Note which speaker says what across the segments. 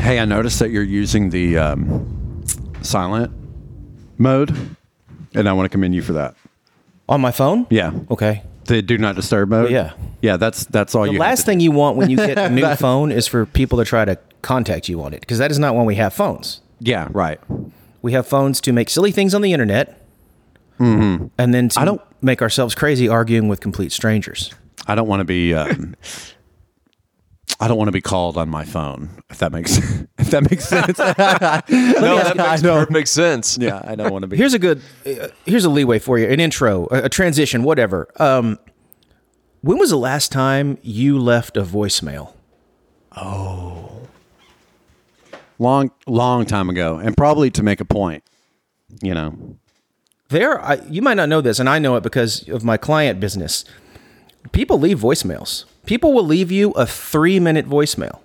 Speaker 1: Hey, I noticed that you're using the um, silent mode, and I want to commend you for that.
Speaker 2: On my phone?
Speaker 1: Yeah.
Speaker 2: Okay.
Speaker 1: The do not disturb mode.
Speaker 2: yeah.
Speaker 1: Yeah. That's that's all
Speaker 2: The
Speaker 1: you.
Speaker 2: last thing you want when you get a new phone is for people to try to contact you on it because that is not why we have phones.
Speaker 1: Yeah. Right.
Speaker 2: We have phones to make silly things on the internet and then to
Speaker 1: I don't-
Speaker 2: make ourselves crazy arguing with complete strangers.
Speaker 1: I don't want to be. Um, I don't want to be called on my phone. If that makes if that makes sense.
Speaker 3: No,
Speaker 1: ask
Speaker 3: that
Speaker 1: you-
Speaker 3: makes
Speaker 1: I know.
Speaker 3: perfect sense.
Speaker 1: yeah, I don't want to be.
Speaker 2: Here's a good, uh, here's a leeway for you, an intro, a, a transition, whatever. Um, when was the last time you left a voicemail?
Speaker 1: long long time ago, and probably to make a point. You know.
Speaker 2: There, I, you might not know this, and I know it because of my client business. People leave voicemails. People will leave you a three-minute voicemail.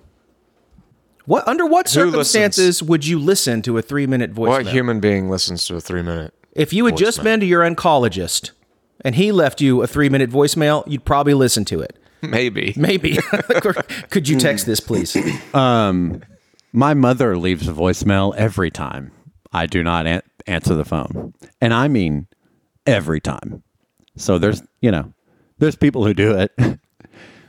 Speaker 2: What under what circumstances would you listen to a three-minute voicemail?
Speaker 3: What human being listens to a three minute?
Speaker 2: if you had just
Speaker 3: voicemail?
Speaker 2: been to your oncologist and he left you a three-minute voicemail, you'd probably listen to it.
Speaker 3: Maybe.
Speaker 2: Maybe. Could you text this, please?
Speaker 1: Hmm. My mother leaves a voicemail every time I do not an- answer the phone, and I mean every time. So there's you know there's people who do it.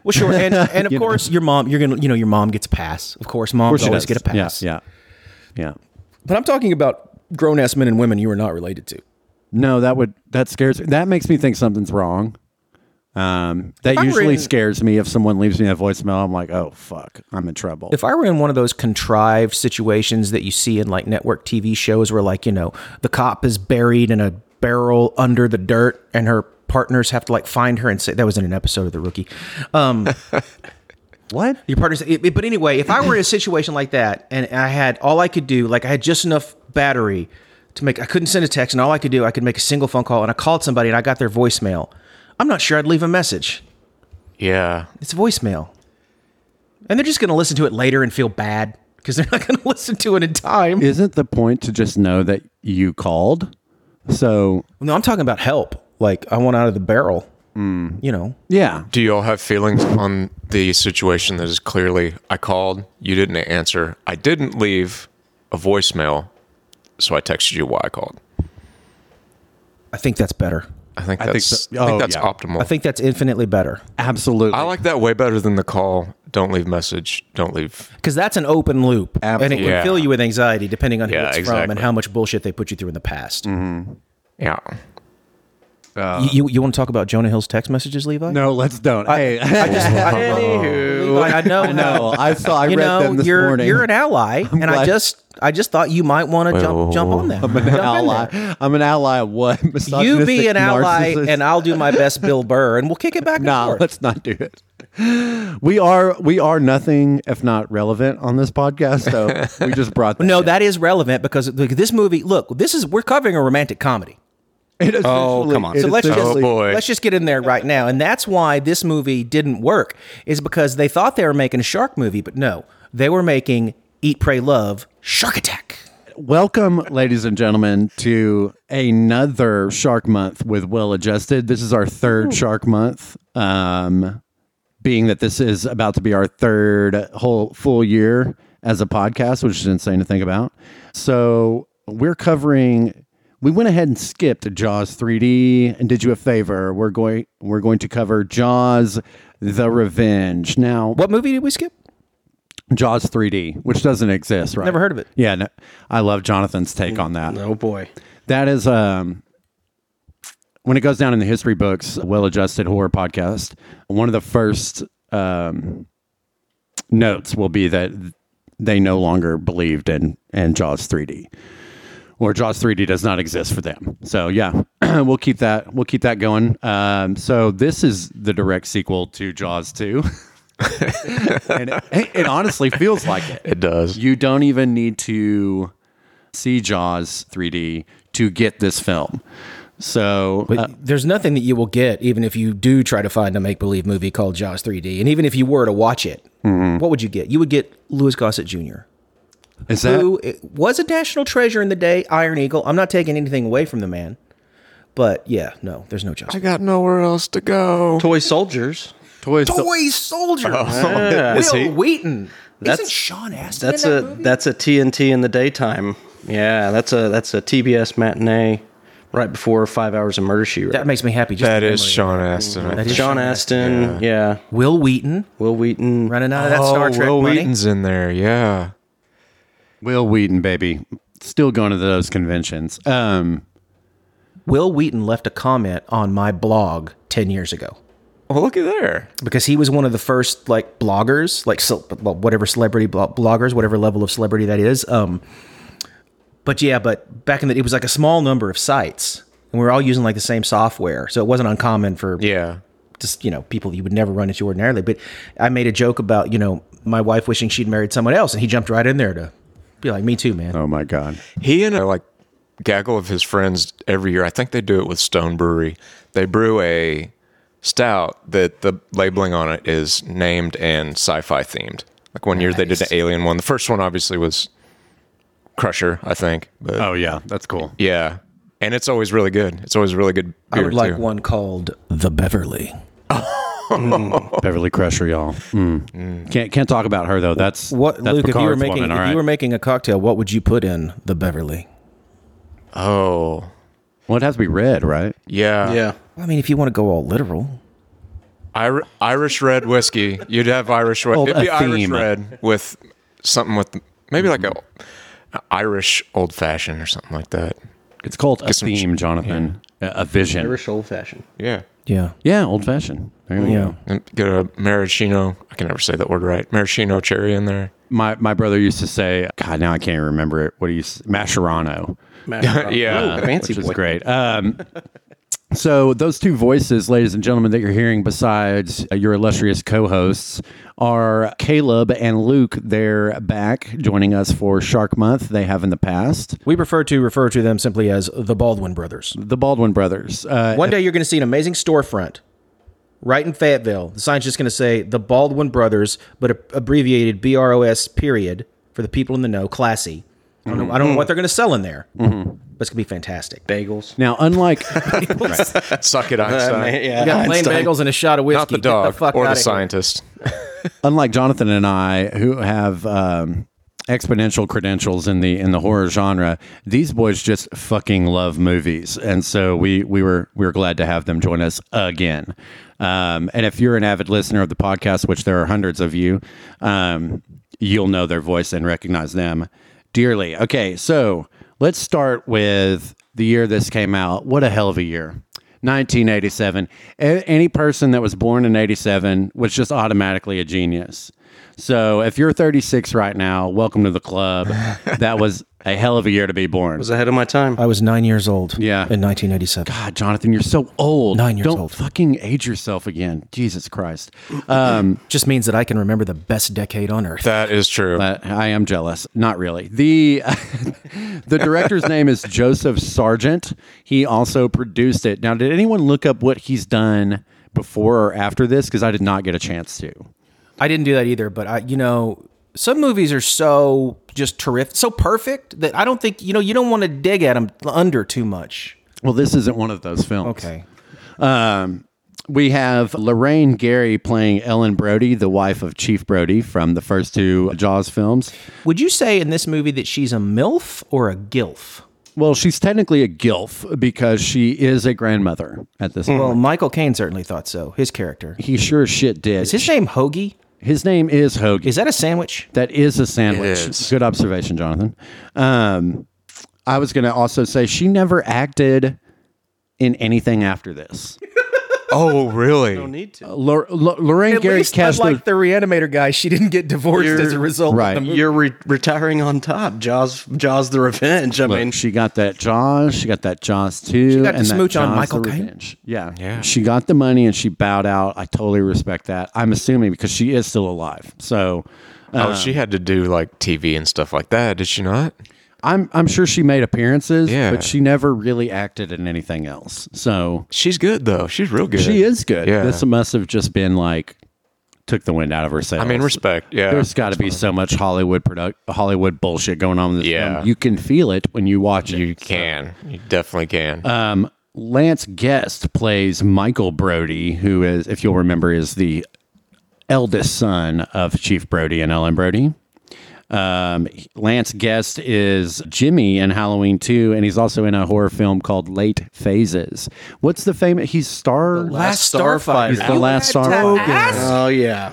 Speaker 2: Well, sure, and and of course, your mom. You're gonna, you know, your mom gets a pass. Of course, moms
Speaker 1: She
Speaker 2: always
Speaker 1: does.
Speaker 2: get a pass.
Speaker 1: Yeah, yeah, yeah.
Speaker 2: But I'm talking about grown-ass men and women you are not related to.
Speaker 1: No, that would that scares me. That makes me think something's wrong. Um, that
Speaker 2: I were
Speaker 1: usually
Speaker 2: in-
Speaker 1: scares me. If someone leaves me a voicemail, I'm like, oh fuck, I'm in trouble.
Speaker 2: if I were in one of those contrived situations that you see in like network TV shows where like, you know, the cop is buried in a barrel under the dirt and her partners have to like find her and say that was in an episode of the rookie. Um
Speaker 1: what?
Speaker 2: your partners it- it- but anyway, if I were in a situation like that and I had all I could do, like I had just enough battery to make I couldn't send a text and all I could do, I could make a single phone call and I called somebody and I got their voicemail. I'm not sure I'd leave a message.
Speaker 3: Yeah.
Speaker 2: It's voicemail. And they're just going to listen to it later and feel bad because they're not going to listen to it in time.
Speaker 1: Isn't the point to just know that you called? So
Speaker 2: no, I'm talking about help. Like, I want out of the barrel. You know,
Speaker 1: yeah,
Speaker 3: Do you all have feelings on the situation that is clearly I called, you didn't answer, I didn't leave a voicemail, so I texted you why I called.
Speaker 2: I think that's better.
Speaker 3: I think
Speaker 1: I think
Speaker 3: that's
Speaker 1: so-
Speaker 3: I
Speaker 1: oh,
Speaker 3: think that's
Speaker 1: yeah.
Speaker 3: optimal.
Speaker 2: I
Speaker 3: I,
Speaker 2: think that's infinitely better
Speaker 1: absolutely.
Speaker 3: like that way better than the call. Don't leave message. Don't leave.
Speaker 2: because that's an open loop. And it
Speaker 1: Absolutely.
Speaker 2: can
Speaker 3: Yeah.
Speaker 2: fill you with anxiety depending on who
Speaker 3: Yeah,
Speaker 2: it's from and
Speaker 3: exactly.
Speaker 2: how much bullshit they put you through in the past.
Speaker 3: Yeah.
Speaker 2: You- you you want to talk about Jonah Hill's text messages, Levi?
Speaker 1: no, let's don't. hey, I
Speaker 2: Levi, I know.
Speaker 1: no, I saw. I
Speaker 2: You
Speaker 1: read
Speaker 2: know,
Speaker 1: them this
Speaker 2: you're,
Speaker 1: morning.
Speaker 2: you're an ally. and I
Speaker 1: glad-
Speaker 2: just I just thought you might want to jump, jump on that.
Speaker 1: I'm an ally. I'm an ally of what?
Speaker 2: You be
Speaker 1: Misogynistic
Speaker 2: an ally,
Speaker 1: narcissist?
Speaker 2: and I'll do my best, Bill Burr, and we'll kick it back and
Speaker 1: Nah,
Speaker 2: forth.
Speaker 1: let's not do it. We are we are nothing if not relevant on this podcast. So we just brought that
Speaker 2: no,
Speaker 1: in.
Speaker 2: that is relevant because look, this movie. Look, this is we're covering a romantic comedy.
Speaker 1: It oh
Speaker 3: come on.
Speaker 2: So let's just
Speaker 3: Oh, boy.
Speaker 2: let's just get in there right now, and that's why this movie didn't work is because they thought they were making a shark movie, but no, they were making Eat, Pray, Love, Shark Attack.
Speaker 1: Welcome, ladies and gentlemen, to another Shark Month with Well Adjusted. This is our third Shark Month. Um, being that this is about to be our third whole full year as a podcast, which is insane to think about. So we're covering. We went ahead and skipped Jaws 3D and did you a favor. We're going. We're going to cover Jaws: The Revenge. Now,
Speaker 2: What movie did we skip?
Speaker 1: Jaws 3D, which doesn't exist, right?
Speaker 2: Never heard of it.
Speaker 1: Yeah, no, I love Jonathan's take on that.
Speaker 2: Oh boy,
Speaker 1: That is um when it goes down in the history books, well adjusted horror podcast, one of the first um notes will be that they no longer believed in and Jaws 3D. Or Jaws 3D does not exist for them. So yeah, we'll keep that we'll keep that going. Um, so this is the direct sequel to Jaws 2. and it, it honestly feels like it.
Speaker 3: It does.
Speaker 1: You don't even need to see Jaws 3D to get this film. So uh,
Speaker 2: there's nothing that you will get even if you do try to find a make believe movie called Jaws 3D, and even if you were to watch it,
Speaker 1: Mm-hmm.
Speaker 2: what would you get? You would get Louis Gossett Jr.
Speaker 1: is that
Speaker 2: who was a national treasure in the day, Iron Eagle. I'm not taking anything away from the man, but yeah, no, there's no Jaws.
Speaker 3: I got nowhere else to go.
Speaker 4: Toy soldiers.
Speaker 1: Toy Sol-
Speaker 2: Toy Soldier.
Speaker 3: Oh, is
Speaker 2: Will
Speaker 3: he?
Speaker 2: Wheaton. Isn't
Speaker 4: That's-
Speaker 2: Sean Astin
Speaker 4: That's
Speaker 2: in
Speaker 4: a
Speaker 2: that movie?
Speaker 4: that's a TNT in the daytime. Yeah, that's a that's a TBS matinee right before Five Hours of Murder She Wrote.
Speaker 2: that makes me happy. Just
Speaker 3: That
Speaker 2: the
Speaker 3: is
Speaker 2: memory.
Speaker 3: Sean Astin.
Speaker 2: That is
Speaker 4: Sean Astin, yeah.
Speaker 2: Will Wheaton
Speaker 4: Will Wheaton.
Speaker 2: running out of that
Speaker 3: oh,
Speaker 2: Star Trek
Speaker 3: Will
Speaker 2: money.
Speaker 3: Wheaton's in there. Yeah.
Speaker 1: Will Wheaton, baby. Still going to those conventions. Um,
Speaker 2: Will Wheaton left a comment on my blog ten years ago.
Speaker 3: Well, looky there.
Speaker 2: because he was one of the first like bloggers, like so, well, whatever celebrity blo- bloggers, whatever level of celebrity that is. Um, but yeah, but back in the it was like a small number of sites, and we were all using like the same software, so it wasn't uncommon for
Speaker 3: Yeah.
Speaker 2: just you know people you would never run into ordinarily. But I made a joke about you know my wife wishing she'd married someone else, and he jumped right in there to be like, "Me too, man."
Speaker 1: oh my God.
Speaker 3: He and a like gaggle of his friends every year. I think they do it with Stone Brewery. They brew a stout that the labeling on it is named and sci-fi themed. Like one year they did an alien one. The first one obviously was Crusher, I think. But
Speaker 1: Oh yeah, that's cool.
Speaker 3: yeah. And it's always really good. It's always really good
Speaker 2: I
Speaker 3: beer
Speaker 2: would like
Speaker 3: too.
Speaker 2: one called the Beverly.
Speaker 1: Beverly Crusher, y'all. Mm. Can't can't talk about her though. That's
Speaker 2: What
Speaker 1: that's
Speaker 2: Luke? If you were
Speaker 1: Picard's
Speaker 2: making
Speaker 1: woman, all
Speaker 2: if
Speaker 1: right?
Speaker 2: you were making a cocktail, what would you put in the Beverly?
Speaker 3: Oh.
Speaker 1: well, it has to be red, right?
Speaker 3: Yeah.
Speaker 4: Yeah.
Speaker 2: I mean, if you want to go all literal,
Speaker 3: Ir- Irish red whiskey. You'd have Irish red.
Speaker 1: Old-
Speaker 3: It'd be
Speaker 1: a
Speaker 3: Irish
Speaker 1: theme.
Speaker 3: red with something with maybe like a an Irish old fashioned or something like that.
Speaker 1: It's called a
Speaker 3: some
Speaker 1: theme, Jonathan. A, a vision.
Speaker 4: Irish old fashioned.
Speaker 3: Yeah.
Speaker 2: yeah.
Speaker 1: Yeah, old fashioned. There we go.
Speaker 3: And get a maraschino. I can never say that word right. Maraschino cherry in there.
Speaker 1: My my brother used to say, God, now I can't remember it. What do you s- mascherano?
Speaker 3: Yeah.
Speaker 4: Ooh, fancy
Speaker 1: which is
Speaker 4: boy.
Speaker 1: great. Um, so those two voices, ladies and gentlemen, that you're hearing besides uh, your illustrious co-hosts are Caleb and Luke. They're back joining us for Shark Month. They have in the past
Speaker 2: We prefer to refer to them simply as the Baldwin brothers.
Speaker 1: the Baldwin brothers. Uh,
Speaker 2: One day you're going to see an amazing storefront right in Fayetteville. The sign's just going to say the Baldwin brothers, but a- abbreviated BROS period for the people in the know, classy. I don't know, I don't know what they're going to sell in there,
Speaker 3: Mm-hmm.
Speaker 2: but it's going to be fantastic.
Speaker 4: Bagels.
Speaker 1: now, unlike
Speaker 3: Suck it, Einstein.
Speaker 4: yeah.
Speaker 2: Got plain bagels and a shot of whiskey.
Speaker 3: Not the
Speaker 2: Get
Speaker 3: dog
Speaker 2: fuck
Speaker 3: or the
Speaker 2: outta here.
Speaker 3: scientist.
Speaker 1: unlike Jonathan and I, who have um, exponential credentials in the in the horror genre, these boys just fucking love movies, and so we we were we were glad to have them join us again. Um, and if you're an avid listener of the podcast, which there are hundreds of you, um, you'll know their voice and recognize them dearly. Okay, so let's start with the year this came out. What a hell of a year! 1987. A- any person that was born in 87 was just automatically a genius. So if you're 36 right now, welcome to the club. that was a hell of a year to be born.
Speaker 4: was ahead of my time.
Speaker 2: I was nine years old
Speaker 1: Yeah.
Speaker 2: in 1987.
Speaker 1: God, Jonathan, you're so old.
Speaker 2: Nine years
Speaker 1: Don't
Speaker 2: old.
Speaker 1: fucking age yourself again. Jesus Christ.
Speaker 2: Just means that I can remember the best decade on earth.
Speaker 3: That is true.
Speaker 1: But I am jealous. Not really. The the director's name is Joseph Sargent. He also produced it. Now, did anyone look up what he's done before or after this? Because I did not get a chance to.
Speaker 2: I didn't do that either, but I, you know, some movies are so just terrific, so perfect that I don't think you know you don't want to dig at them under too much.
Speaker 1: Well, this isn't one of those films. Um, we have Lorraine Gary playing Ellen Brody, the wife of Chief Brody from the first two Jaws films.
Speaker 2: Would you say in this movie that she's a milf or a gilf?
Speaker 1: Well, she's technically a gilf because she is a grandmother at this
Speaker 2: Well,
Speaker 1: point.
Speaker 2: Michael Caine certainly thought so. His character
Speaker 1: He sure as shit did.
Speaker 2: is his name Hoagie.
Speaker 1: His name is Hoagie.
Speaker 2: Is that a sandwich?
Speaker 1: That is a sandwich.
Speaker 3: It is.
Speaker 1: Good observation, Jonathan. Um, I was going to also say she never acted in anything after this.
Speaker 3: oh, really?
Speaker 4: need to.
Speaker 1: Lor- Lor- Lorraine Gary's cast those-
Speaker 2: the reanimator guy, she didn't get divorced as a result.
Speaker 1: right.
Speaker 4: You're re- retiring on top. Jaws Jaws the Revenge. I mean,
Speaker 1: Look, she got that Jaws. She got that Jaws too. She
Speaker 2: got to
Speaker 1: and that
Speaker 2: smooch on
Speaker 1: Jaws
Speaker 2: Michael
Speaker 1: the
Speaker 2: Caine.
Speaker 1: Revenge. Yeah. yeah. She got the money and she bowed out. I totally respect that. I'm assuming because she is still alive. So Uh.
Speaker 3: oh, she had to do like TV and stuff like that, did she not?
Speaker 1: I'm I'm sure she made appearances,
Speaker 3: Yeah.
Speaker 1: but she never really acted in anything else. So
Speaker 3: She's good though. She's real good.
Speaker 1: she is good.
Speaker 3: Yeah.
Speaker 1: This must have just been like took the wind out of her sails.
Speaker 3: I mean, respect. Yeah.
Speaker 1: There's got to be so much Hollywood product, Hollywood bullshit going on. In this
Speaker 3: Yeah.
Speaker 1: film. you can feel it when you watch it.
Speaker 3: you can. You definitely can.
Speaker 1: Uh. Um, Lance Guest plays Michael Brody, who is, if you'll remember, is the eldest son of Chief Brody and Ellen Brody. Um, Lance Guest is Jimmy in Halloween 2, and he's also in a horror film called Late Phases. What's the famous? He's Star.
Speaker 2: Last
Speaker 4: Starfighter.
Speaker 2: Starfighter.
Speaker 1: He's the
Speaker 2: You
Speaker 1: last
Speaker 2: had to
Speaker 1: Starfighter.
Speaker 2: ask?
Speaker 4: Oh yeah.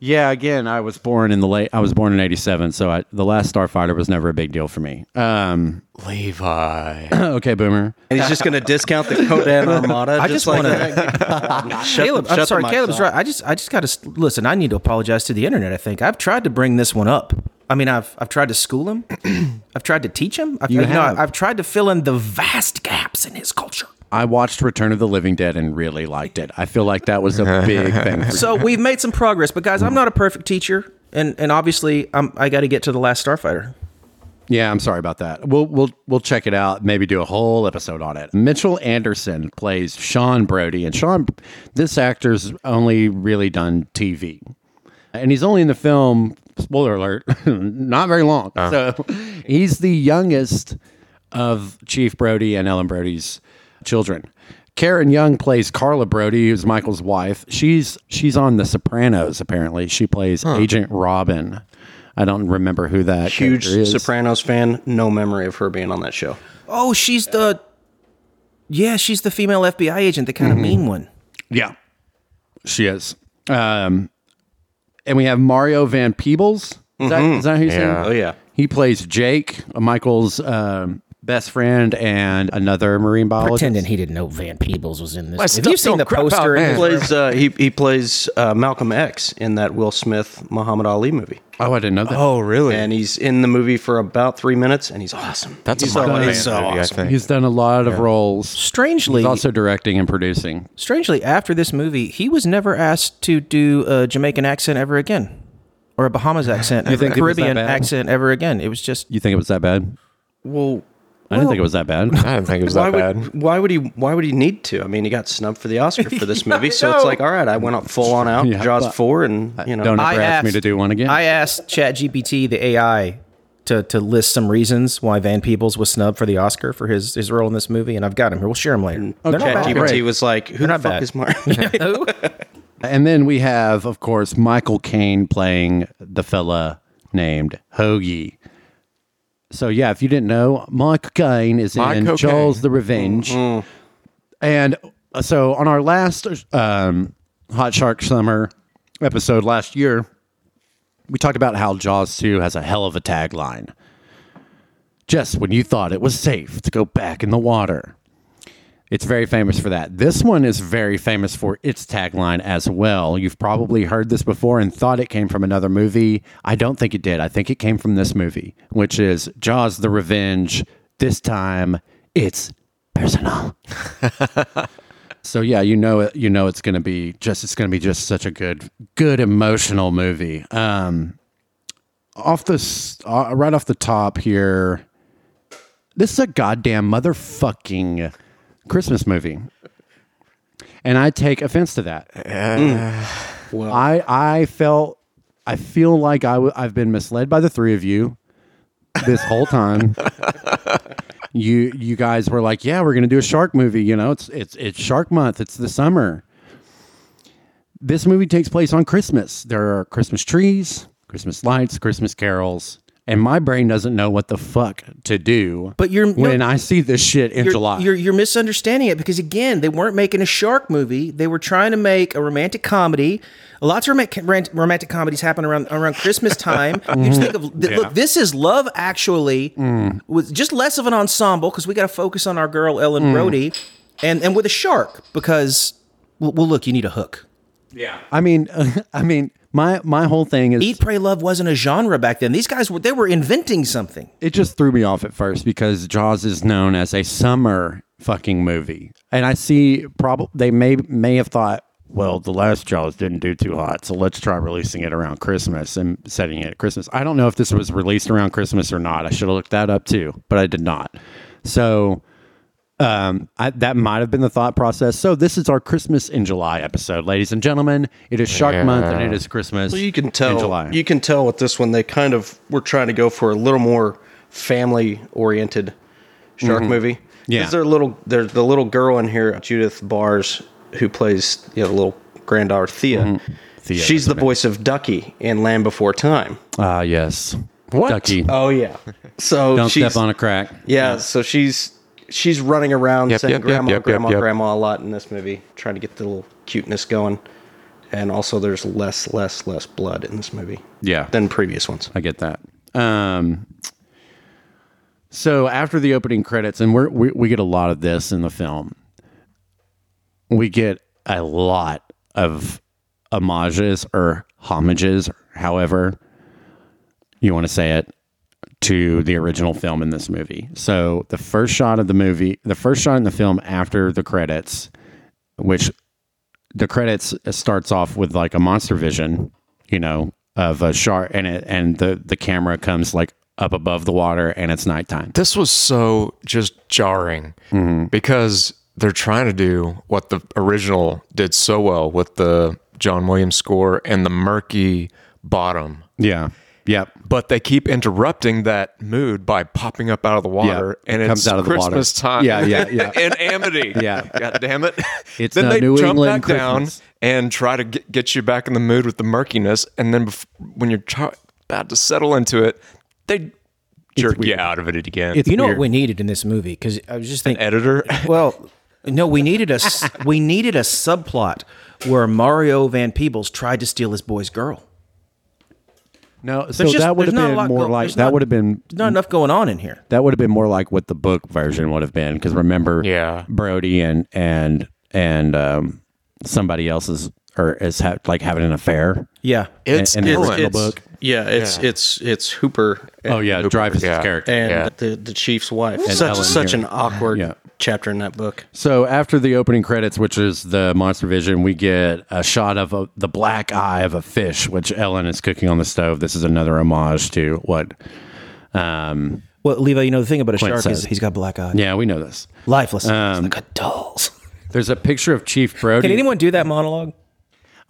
Speaker 1: Yeah, again, I was born in the late. I was born in '87, so I, the last Starfighter was never a big deal for me. Um,
Speaker 3: Levi.
Speaker 1: okay, Boomer.
Speaker 4: And he's just going to discount the Codan Armada.
Speaker 2: I just
Speaker 4: like
Speaker 2: wanna-
Speaker 4: that. Shut
Speaker 2: Caleb,
Speaker 4: the- shut
Speaker 2: I'm
Speaker 4: the
Speaker 2: sorry,
Speaker 4: mics
Speaker 2: Caleb's
Speaker 4: off.
Speaker 2: right. I just, I just got to listen. I need to apologize to the internet. I think I've tried to bring this one up. I mean, I've, I've tried to school him. I've tried to teach him. I've,
Speaker 1: You
Speaker 2: no,
Speaker 1: have.
Speaker 2: I've tried to fill in the vast gaps in his culture.
Speaker 1: I watched Return of the Living Dead and really liked it. I feel like that was a big thing. For
Speaker 2: So we've made some progress, but guys, I'm not a perfect teacher, and and obviously, I'm, I got to get to the last Starfighter.
Speaker 1: Yeah, I'm sorry about that. We'll we'll we'll check it out. Maybe do a whole episode on it. Mitchell Anderson plays Sean Brody, and Sean, this actor's only really done TV, and he's only in the film. Spoiler alert, not very long. So he's the youngest of Chief Brody and Ellen Brody's children. Karen Young plays Carla Brody, who's Michael's wife. She's she's on The Sopranos. Apparently, she plays Agent Robin. I don't remember who that
Speaker 4: Huge
Speaker 1: character is.
Speaker 4: Sopranos fan. No memory of her being on that show.
Speaker 2: Oh, she's the, yeah, she's the female FBI agent, the kind
Speaker 4: Mm-hmm.
Speaker 2: of mean one.
Speaker 1: Yeah, she is. Um, and we have Mario Van Peebles. Is, that, is that who you're saying?
Speaker 3: Yeah.
Speaker 4: Oh yeah.
Speaker 1: He plays Jake, Michael's um, best friend, and another marine biologist.
Speaker 2: Pretending he didn't know Van Peebles was in
Speaker 3: My
Speaker 2: this. Have
Speaker 3: stuff
Speaker 2: you seen
Speaker 3: don't
Speaker 2: the
Speaker 3: crap out,
Speaker 2: poster?
Speaker 3: man.
Speaker 2: in this-
Speaker 4: Plays uh, he he plays uh, Malcolm X in that Will Smith Muhammad Ali movie,
Speaker 1: Oh, I didn't know that.
Speaker 3: Oh, really?
Speaker 4: and he's in the movie for about three minutes, and he's awesome.
Speaker 3: That's
Speaker 4: he's
Speaker 3: a Marlon
Speaker 4: like-
Speaker 3: Man
Speaker 4: he's so
Speaker 3: movie,
Speaker 4: awesome.
Speaker 3: I think.
Speaker 1: He's done a lot of roles.
Speaker 2: Strangely,
Speaker 1: He's also directing and producing.
Speaker 2: strangely, after this movie, he was never asked to do a Jamaican accent ever again, or a Bahamas accent,
Speaker 1: think
Speaker 2: a
Speaker 1: it was that
Speaker 2: Caribbean
Speaker 1: bad?
Speaker 2: accent ever again. It was just
Speaker 1: You think it was that bad?
Speaker 4: Well,
Speaker 1: I didn't think it was that bad.
Speaker 3: I didn't think it was
Speaker 4: why
Speaker 3: that
Speaker 4: would
Speaker 3: bad.
Speaker 4: why would he why would he need to? I mean, he got snubbed for the Oscar for this
Speaker 2: Yeah,
Speaker 4: movie,
Speaker 2: I
Speaker 4: so it's
Speaker 2: know.
Speaker 4: like, all right, I went up full on out,
Speaker 1: Yeah,
Speaker 4: Jaws
Speaker 1: but-
Speaker 4: four, and you know,
Speaker 1: Don't
Speaker 2: I
Speaker 1: ever ask me
Speaker 2: asked-
Speaker 1: to do one again.
Speaker 2: I asked ChatGPT, the AI, to, to list some reasons why Van Peebles was snubbed for the Oscar for his, his role in this movie, and I've got him here. We'll share him later.
Speaker 1: Mm.
Speaker 2: They're not bad.
Speaker 1: Great.
Speaker 4: ChatGPT was like, who the
Speaker 2: not
Speaker 4: fuck
Speaker 2: bad.
Speaker 4: is Mark?
Speaker 1: And then we have, of course, Michael Caine playing the fella named Hoagie. So yeah, if you didn't know, Michael Caine is
Speaker 3: Michael
Speaker 1: in
Speaker 3: Caine.
Speaker 1: Jaws: The Revenge, and uh, so on our last um, Hot Shark Summer episode last year, we talked about how Jaws Two has a hell of a tagline. Just when you thought it was safe to go back in the water. It's very famous for that. This one is very famous for its tagline as well. You've probably heard this before and thought it came from another movie. I don't think it did. I think it came from this movie, which is Jaws the Revenge. This time it's personal. so yeah, you know it you know it's going to be just it's going to be just such a good good emotional movie. Um off the s- uh, right off the top here, this is a goddamn motherfucking Christmas movie. And I take offense to that.
Speaker 4: Well-
Speaker 1: I I felt I feel like I w- I've been misled by the three of you this whole time. you you guys were like, "Yeah, we're going to do a shark movie, you know. It's it's it's shark month. It's the summer." This movie takes place on Christmas. There are Christmas trees, Christmas lights, Christmas carols, and my brain doesn't know what the fuck to do.
Speaker 2: But you're-
Speaker 1: when I see this shit in
Speaker 2: You're,
Speaker 1: July.
Speaker 2: You're, you're misunderstanding it because, again, they weren't making a shark movie. They were trying to make a romantic comedy. Lots of romantic, romantic comedies happen around around Christmas time. You just think of, th- look, this is Love Actually with just less of an ensemble because we got to focus on our girl, Ellen Brody, and, and with a shark because, well, well, look, you need a hook.
Speaker 1: I mean, I mean, my my whole thing is
Speaker 2: Eat, Pray, Love wasn't a genre back then. These guys were they were inventing something.
Speaker 1: it just threw me off at first because Jaws is known as a summer fucking movie, and I see probably they may may have thought, well, the last Jaws didn't do too hot, so let's try releasing it around Christmas and setting it at Christmas. I don't know if this was released around Christmas or not. I should have looked that up too, but I did not. So. Um, I, that might have been the thought process. So this is our Christmas in July episode, ladies and gentlemen. It is Shark Month and it is Christmas.
Speaker 4: Well, you can
Speaker 1: in July.
Speaker 4: tell. You can tell with this one they kind of were trying to go for a little more family-oriented shark
Speaker 3: Mm-hmm.
Speaker 4: movie.
Speaker 1: Yeah.
Speaker 4: because they're little. There's the
Speaker 3: Mm-hmm.
Speaker 4: little girl in here, Judith Bars, who plays you know, the little granddaughter Thea.
Speaker 1: Thea.
Speaker 4: She's the voice of Ducky in Land Before Time.
Speaker 1: Ah, yes. What? Ducky.
Speaker 4: Oh yeah. So
Speaker 1: Don't
Speaker 4: she's
Speaker 1: step on a crack.
Speaker 4: yeah. So she's she's running around
Speaker 3: Yep,
Speaker 4: saying
Speaker 3: yep, yep,
Speaker 4: grandma,
Speaker 3: yep, yep,
Speaker 4: grandma,
Speaker 3: yep.
Speaker 4: grandma a lot in this movie, trying to get the little cuteness going. And also, there's less, less, less blood in this movie
Speaker 1: Yeah.
Speaker 4: than previous ones.
Speaker 1: I get that. Um, so after the opening credits, and we're, we we get a lot of this in the film. We get a lot of homages or homages, however you want to say it, to the original film in this movie. So the first shot of the movie, the first shot in the film after the credits, which the credits starts off with like a monster vision, you know, of a shark, and it and the the camera comes like up above the water, and it's nighttime.
Speaker 3: This was so just jarring Mm-hmm. because they're trying to do what the original did so well with the John Williams score and the murky bottom.
Speaker 1: Yeah. Yep.
Speaker 3: But they keep interrupting that mood by popping up out of the water,
Speaker 1: Yeah,
Speaker 3: and
Speaker 1: comes
Speaker 3: it's
Speaker 1: out of the water.
Speaker 3: Christmas time.
Speaker 1: Yeah, yeah, yeah.
Speaker 3: in Amity.
Speaker 1: Yeah.
Speaker 3: God damn it.
Speaker 1: It's
Speaker 3: then
Speaker 1: now
Speaker 3: they
Speaker 1: New
Speaker 3: jump
Speaker 1: England
Speaker 3: back down
Speaker 1: Christmas.
Speaker 3: and try to get, get you back in the mood with the murkiness, and then bef- when you're try- about to settle into it, they jerk you out of it again.
Speaker 1: It's
Speaker 2: You know
Speaker 1: weird.
Speaker 2: what we needed in this movie? Because I was just thinking.
Speaker 3: editor.
Speaker 2: Well, no, we needed a s- we needed a subplot where Mario Van Peebles tried to steal his boy's girl.
Speaker 1: no. So
Speaker 2: just-
Speaker 1: that would have
Speaker 2: there's not a
Speaker 1: been
Speaker 2: lot
Speaker 1: more
Speaker 2: go-
Speaker 1: like
Speaker 2: there's
Speaker 1: that
Speaker 2: not-
Speaker 1: would have been
Speaker 2: There's not enough going on in here.
Speaker 1: that would have been more like what the book version would have been because remember
Speaker 3: Yeah.
Speaker 1: brody and and and um somebody else's or is ha- like having an affair
Speaker 2: Yeah,
Speaker 3: It's
Speaker 1: And- and it's-
Speaker 3: killing.
Speaker 1: Little book.
Speaker 4: yeah, it's it's it's Hooper and,
Speaker 1: oh yeah drive is his
Speaker 3: yeah.
Speaker 1: character
Speaker 4: and
Speaker 3: Yeah.
Speaker 4: the the chief's wife. such
Speaker 1: Ellen
Speaker 4: such
Speaker 1: here.
Speaker 4: an awkward
Speaker 1: Yeah.
Speaker 4: chapter in that book.
Speaker 1: so after the opening credits which is the monster vision we get a shot of a, the black eye of a fish which ellen is cooking on the stove this is another homage to what um
Speaker 2: Well, Levi, you know the thing about a shark
Speaker 1: says-
Speaker 2: is he's got black eyes,
Speaker 1: yeah we know this
Speaker 2: lifeless, eyes, like a doll's.
Speaker 1: there's a picture of chief brody
Speaker 2: Can anyone do that monologue?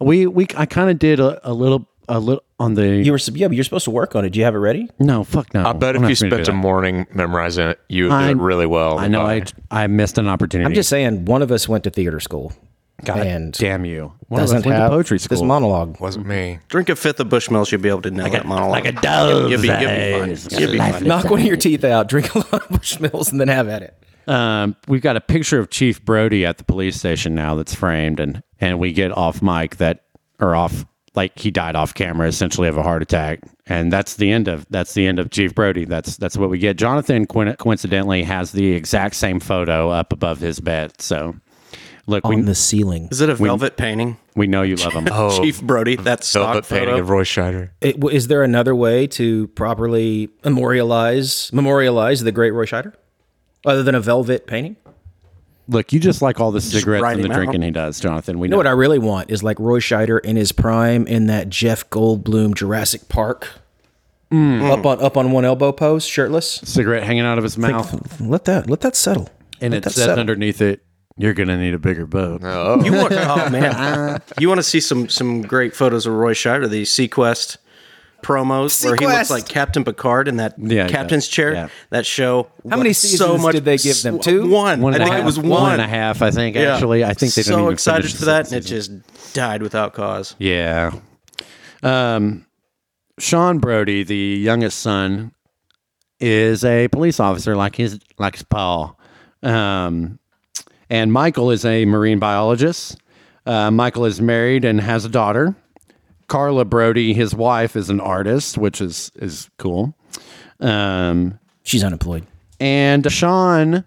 Speaker 1: we we i kind of did a, a little a little on the
Speaker 2: You were sup- yeah, but you're supposed to work on it. Do you have it ready?
Speaker 1: no fuck no
Speaker 3: I bet if you spent a morning memorizing it, you would do it really well.
Speaker 1: I know I I missed an opportunity.
Speaker 2: I'm just saying, one of us went to theater school, and
Speaker 1: damn you. One of us
Speaker 2: doesn't
Speaker 1: went
Speaker 2: have
Speaker 1: to poetry school.
Speaker 2: this monologue.
Speaker 3: wasn't me.
Speaker 4: Drink a fifth of Bushmills, you'll be able to nail that monologue.
Speaker 1: a dove.
Speaker 4: You'll be, you'll be fine. You'll be fine.
Speaker 2: Knock one of your teeth out, drink a lot of Bushmills, and then have at it.
Speaker 1: um, we've got a picture of Chief Brody at the police station now that's framed, and and we get off mic that or off like he died off camera essentially of a heart attack, and that's the end of that's the end of Chief Brody. That's that's what we get. Jonathan coin- coincidentally has the exact same photo up above his bed. So look, we
Speaker 2: On the ceiling,
Speaker 4: Is it a velvet painting?
Speaker 1: we know you love him.
Speaker 4: Chief Brody, that's stock
Speaker 3: Velvet painting
Speaker 4: photo.
Speaker 3: of Roy Scheider.
Speaker 2: It- w- Is there another way to properly memorialize memorialize the great Roy Scheider, other than a velvet painting? You
Speaker 1: Look, you just like all the cigarettes
Speaker 4: write
Speaker 1: and the
Speaker 4: him out.
Speaker 1: drinking he does, Jonathan. We know,
Speaker 2: know what I really want is like Roy Scheider in his prime in that Jeff Goldblum Jurassic Park, up on up on one elbow pose, shirtless.
Speaker 1: cigarette hanging out of his mouth,
Speaker 2: Let that let that settle.
Speaker 1: and
Speaker 2: Let
Speaker 1: it
Speaker 2: that
Speaker 1: says
Speaker 2: settle.
Speaker 1: underneath it, "You're gonna need a bigger boat."
Speaker 4: You want, oh man, you want to see some some great photos of Roy Scheider, the Sequest promos where he
Speaker 2: Sequest!
Speaker 4: looks like Captain Picard in that
Speaker 1: Yeah,
Speaker 4: captain's chair.
Speaker 1: yeah.
Speaker 4: That show.
Speaker 2: How many seasons did they give them? Two?
Speaker 4: One.
Speaker 1: One
Speaker 4: I
Speaker 1: and a
Speaker 4: think it
Speaker 1: half-
Speaker 4: was one.
Speaker 1: one and a half. I think
Speaker 4: Yeah.
Speaker 1: actually, I think they
Speaker 4: so
Speaker 1: don't even
Speaker 4: excited
Speaker 1: finish
Speaker 4: for
Speaker 1: the
Speaker 4: that, and
Speaker 1: second
Speaker 4: it just died without cause.
Speaker 1: Yeah. Um, Sean Brody, the youngest son, is a police officer like his like his pa. Um, and Michael is a marine biologist. Uh, Michael is married and has a daughter. Carla Brody, his wife, is an artist, which is is cool. Um,
Speaker 2: She's unemployed.
Speaker 1: and Sean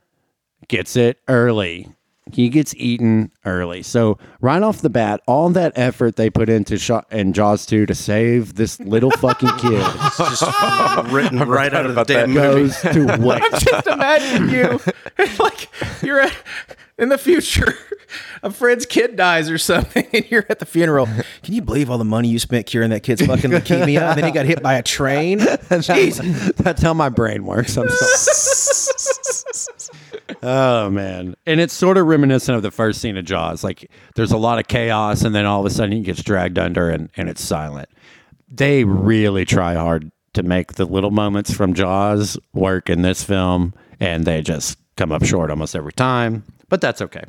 Speaker 1: gets it early. He gets eaten early. So right off the bat, all that effort they put into Sha and Jaws two to save this little fucking kid
Speaker 4: It's just written right out of the damn movie.
Speaker 1: goes to waste.
Speaker 2: just imagine you like you're at, in the future a friend's kid dies or something and you're at the funeral can you believe all the money you spent curing that kid's fucking leukemia and then he got hit by a train Jeez.
Speaker 1: That's how my brain works. I'm sorry. oh man, and it's sort of reminiscent of the first scene of Jaws. Like there's a lot of chaos, and then all of a sudden he gets dragged under, and and it's silent. They really try hard to make the little moments from Jaws work in this film, and they just come up short almost every time. But that's okay.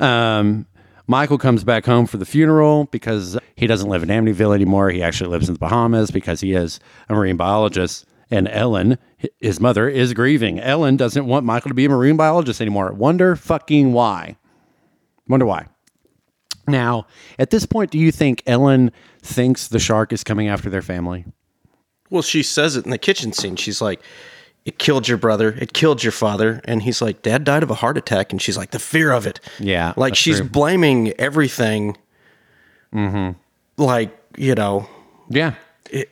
Speaker 1: Um, Michael comes back home for the funeral because he doesn't live in Amityville anymore. He actually lives in the Bahamas because he is a marine biologist. And Ellen, hi- his mother, is grieving. Ellen doesn't want Michael to be a marine biologist anymore. Wonder fucking why. Wonder why. Now, at this point, do you think Ellen thinks the shark is coming after their family?
Speaker 4: Well, she says it in the kitchen scene. She's like, "It killed your brother. It killed your father." And he's like, "Dad died of a heart attack." And she's like, "The fear of it."
Speaker 1: Yeah,
Speaker 4: like
Speaker 1: that's
Speaker 4: she's
Speaker 1: true.
Speaker 4: blaming everything. Mm-hmm. Like you know,
Speaker 1: Yeah.
Speaker 4: it,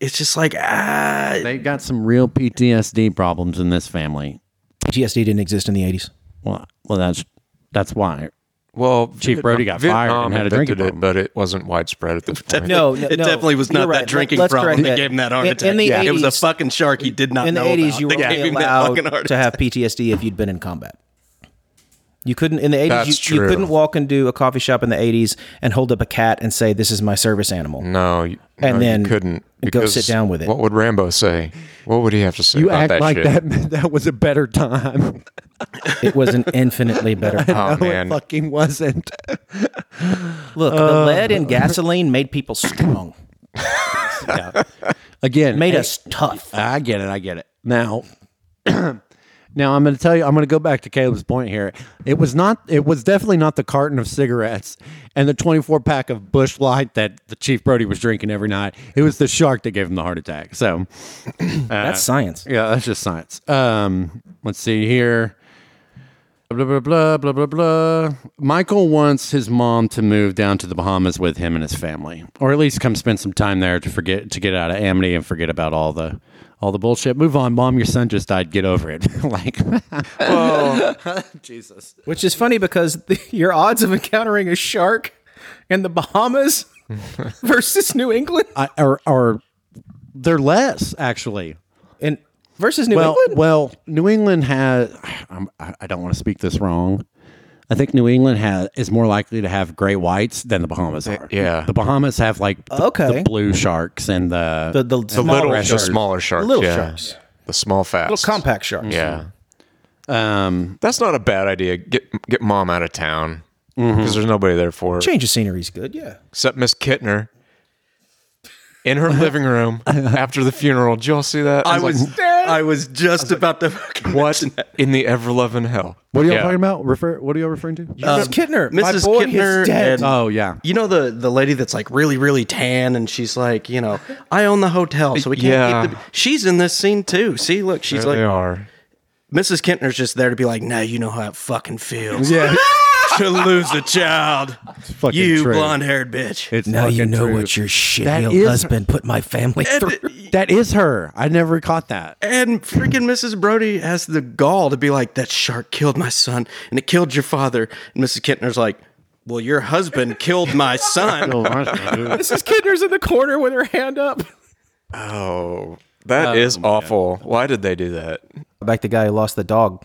Speaker 4: it's just like ah,
Speaker 1: They got some real PTSD problems in this family.
Speaker 2: PTSD didn't exist in the 80s.
Speaker 1: Well, well, that's that's why.
Speaker 3: Well,
Speaker 1: Chief Brody got fired and had a drinking
Speaker 3: invented it,
Speaker 1: problem.
Speaker 3: but it wasn't widespread at the time.
Speaker 2: No, Oh, no,
Speaker 4: it
Speaker 2: no.
Speaker 4: definitely was
Speaker 2: You're
Speaker 4: not
Speaker 2: right.
Speaker 4: that drinking
Speaker 2: Let's
Speaker 4: problem
Speaker 2: correct
Speaker 4: that, gave him that heart
Speaker 2: In-
Speaker 4: attack.
Speaker 2: in the
Speaker 4: it was a
Speaker 2: 80s
Speaker 4: fucking shark he did not
Speaker 2: in the
Speaker 4: know
Speaker 2: 80s,
Speaker 4: about.
Speaker 2: you were
Speaker 4: that
Speaker 2: only
Speaker 4: gave him that
Speaker 2: allowed
Speaker 4: fucking heart
Speaker 2: to have PTSD if you'd been in combat. You couldn't in the eighties.
Speaker 3: That's
Speaker 2: You, you
Speaker 3: true.
Speaker 2: couldn't walk into a coffee shop in the eighties and hold up a cat and say, "This is my service animal."
Speaker 3: No, you,
Speaker 2: And
Speaker 3: no, you
Speaker 2: then
Speaker 3: couldn't
Speaker 2: go sit down with it.
Speaker 3: What would Rambo say? What would he have to say
Speaker 1: You
Speaker 3: about
Speaker 1: act
Speaker 3: that
Speaker 1: like
Speaker 3: shit?
Speaker 1: that that was a better time.
Speaker 2: It was an infinitely better.
Speaker 3: Oh man,
Speaker 1: It fucking wasn't.
Speaker 2: Look, the lead in gasoline made people strong,
Speaker 1: Again,
Speaker 2: made us tough.
Speaker 1: I get it. I get it. Now, now I'm going to tell you. I'm going to go back to Caleb's point here. It was not. It was definitely not the carton of cigarettes and the 24 pack of Bush Light that the Chief Brody was drinking every night. It was the shark that gave him the heart attack. So,
Speaker 2: That's science.
Speaker 1: yeah, that's just science. Um, let's see here. Blah blah blah blah blah blah. Michael wants his mom to move down to the Bahamas with him and his family, or at least come spend some time there to forget to get out of Amity and forget about all the all the bullshit. Move on, mom. Your son just died. Get over it. like,
Speaker 2: Which is funny because the, your odds of encountering a shark in the Bahamas versus New England
Speaker 1: I, or or they're less actually.
Speaker 2: and versus New
Speaker 1: well,
Speaker 2: England.
Speaker 1: well, New England has. I'm, I I don't want to speak this wrong. I think New England has is more likely to have great whites than the Bahamas are.
Speaker 3: yeah.
Speaker 1: the Bahamas have like the,
Speaker 2: Okay.
Speaker 1: the blue sharks and the,
Speaker 2: The the,
Speaker 3: the little,
Speaker 2: smaller
Speaker 3: the
Speaker 2: sharks.
Speaker 3: smaller sharks,
Speaker 2: Little
Speaker 3: yeah.
Speaker 2: sharks.
Speaker 3: the small fast,
Speaker 2: little compact sharks.
Speaker 3: Yeah,
Speaker 1: um.
Speaker 3: that's not a bad idea. Get get mom out of town
Speaker 1: Mm-hmm.
Speaker 3: because there's nobody there for her
Speaker 2: Change of scenery is good. Yeah.
Speaker 3: except Miss Kittner. In her living room after the funeral, did y'all see that?
Speaker 4: I
Speaker 3: like,
Speaker 4: was, I was just about to fucking
Speaker 3: what in the ever loving hell?
Speaker 1: What are y'all
Speaker 3: Yeah.
Speaker 1: talking about? Refer. What are y'all referring to?
Speaker 2: Mrs. Kittner, my
Speaker 4: Mrs.
Speaker 2: boy
Speaker 4: Uh, Kittner
Speaker 2: is dead.
Speaker 4: and-
Speaker 1: oh yeah.
Speaker 4: You know the the lady that's like really really tan, and she's like, you know, I own the hotel, so we can't.
Speaker 3: Yeah.
Speaker 4: Keep the, she's in this scene too. See, look, she's
Speaker 3: There they
Speaker 4: like
Speaker 3: are.
Speaker 4: Mrs. Kintner's just there to be like, now you know how it fucking feels
Speaker 1: Yeah.
Speaker 4: to lose a child.
Speaker 1: fucking
Speaker 4: you
Speaker 1: true.
Speaker 4: blonde haired bitch.
Speaker 1: It's
Speaker 2: Now you
Speaker 1: fucking
Speaker 2: know
Speaker 1: true.
Speaker 2: what your shitty
Speaker 1: That
Speaker 2: old
Speaker 1: is-
Speaker 2: husband put my family through.
Speaker 1: That is her. I never caught that.
Speaker 4: And freaking Mrs. Brody has the gall to be like, that shark killed my son, and it killed your father. And Mrs. Kintner's like, well, your husband killed my son.
Speaker 2: Mrs. Kittner's in the corner with her hand up.
Speaker 3: Oh, that is awful. Why did they do that?
Speaker 2: Back the guy who lost the dog.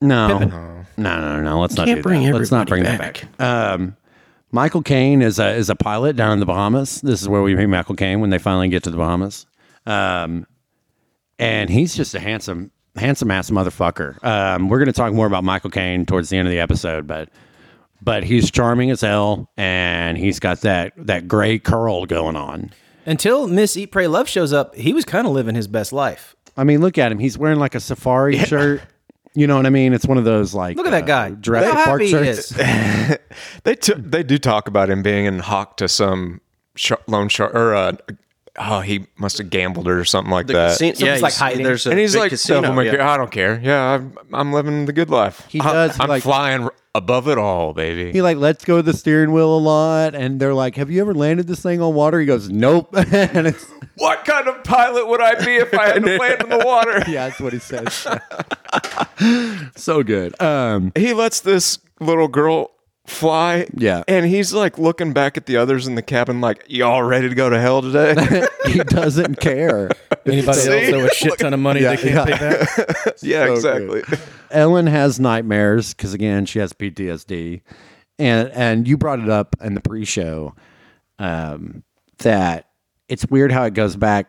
Speaker 1: No. No, no, no. Let's not
Speaker 4: Can't
Speaker 1: do
Speaker 4: bring
Speaker 1: that. Let's not bring
Speaker 4: everybody
Speaker 1: that back. Um, Michael Caine is a is a pilot down in the Bahamas. This is where we meet Michael Caine when they finally get to the Bahamas. Um, and he's just a handsome, handsome ass motherfucker. Um, we're going to talk more about Michael Caine towards the end of the episode, but but he's charming as hell, and he's got that that gray curl going on.
Speaker 2: Until Miss Eat Pray Love shows up, he was kind of living his best life.
Speaker 1: I mean, look at him. He's wearing like a safari shirt. You know what I mean? It's one of those like
Speaker 2: Look at that
Speaker 1: uh,
Speaker 2: guy.
Speaker 1: Jurassic
Speaker 2: Look how
Speaker 1: Park
Speaker 2: happy he
Speaker 1: shirts.
Speaker 2: is.
Speaker 3: They t- they do talk about him being in hock to some sh- loan shark or uh, oh he must have gambled or something like
Speaker 1: Uh,
Speaker 3: that.
Speaker 4: Casino-
Speaker 2: Someone's
Speaker 4: you
Speaker 2: like
Speaker 4: see
Speaker 2: hiding.
Speaker 4: There's a
Speaker 3: and he's
Speaker 4: big
Speaker 3: like,
Speaker 4: casino,
Speaker 3: "Devil may
Speaker 4: yeah.
Speaker 3: care- I don't care. Yeah, I'm, I'm living the good life.
Speaker 1: He does,
Speaker 3: I'm
Speaker 1: like-
Speaker 3: flying above it all, baby.
Speaker 1: he like lets go of the steering wheel a lot and they're like have you ever landed this thing on water he goes nope and it's
Speaker 3: what kind of pilot would I be if I had to land in the water?
Speaker 1: yeah that's what he says so good um
Speaker 3: He lets this little girl fly.
Speaker 1: Yeah.
Speaker 3: And he's like looking back at the others in the cabin, like, y'all ready to go to hell today?
Speaker 1: he doesn't care
Speaker 2: Anybody
Speaker 3: See? else owe
Speaker 2: a shit ton of money
Speaker 1: they can't
Speaker 2: pay back?
Speaker 3: yeah,
Speaker 1: So good.
Speaker 3: exactly.
Speaker 1: ellen has nightmares because again she has ptsd and and you brought it up in the pre-show um that it's weird how it goes back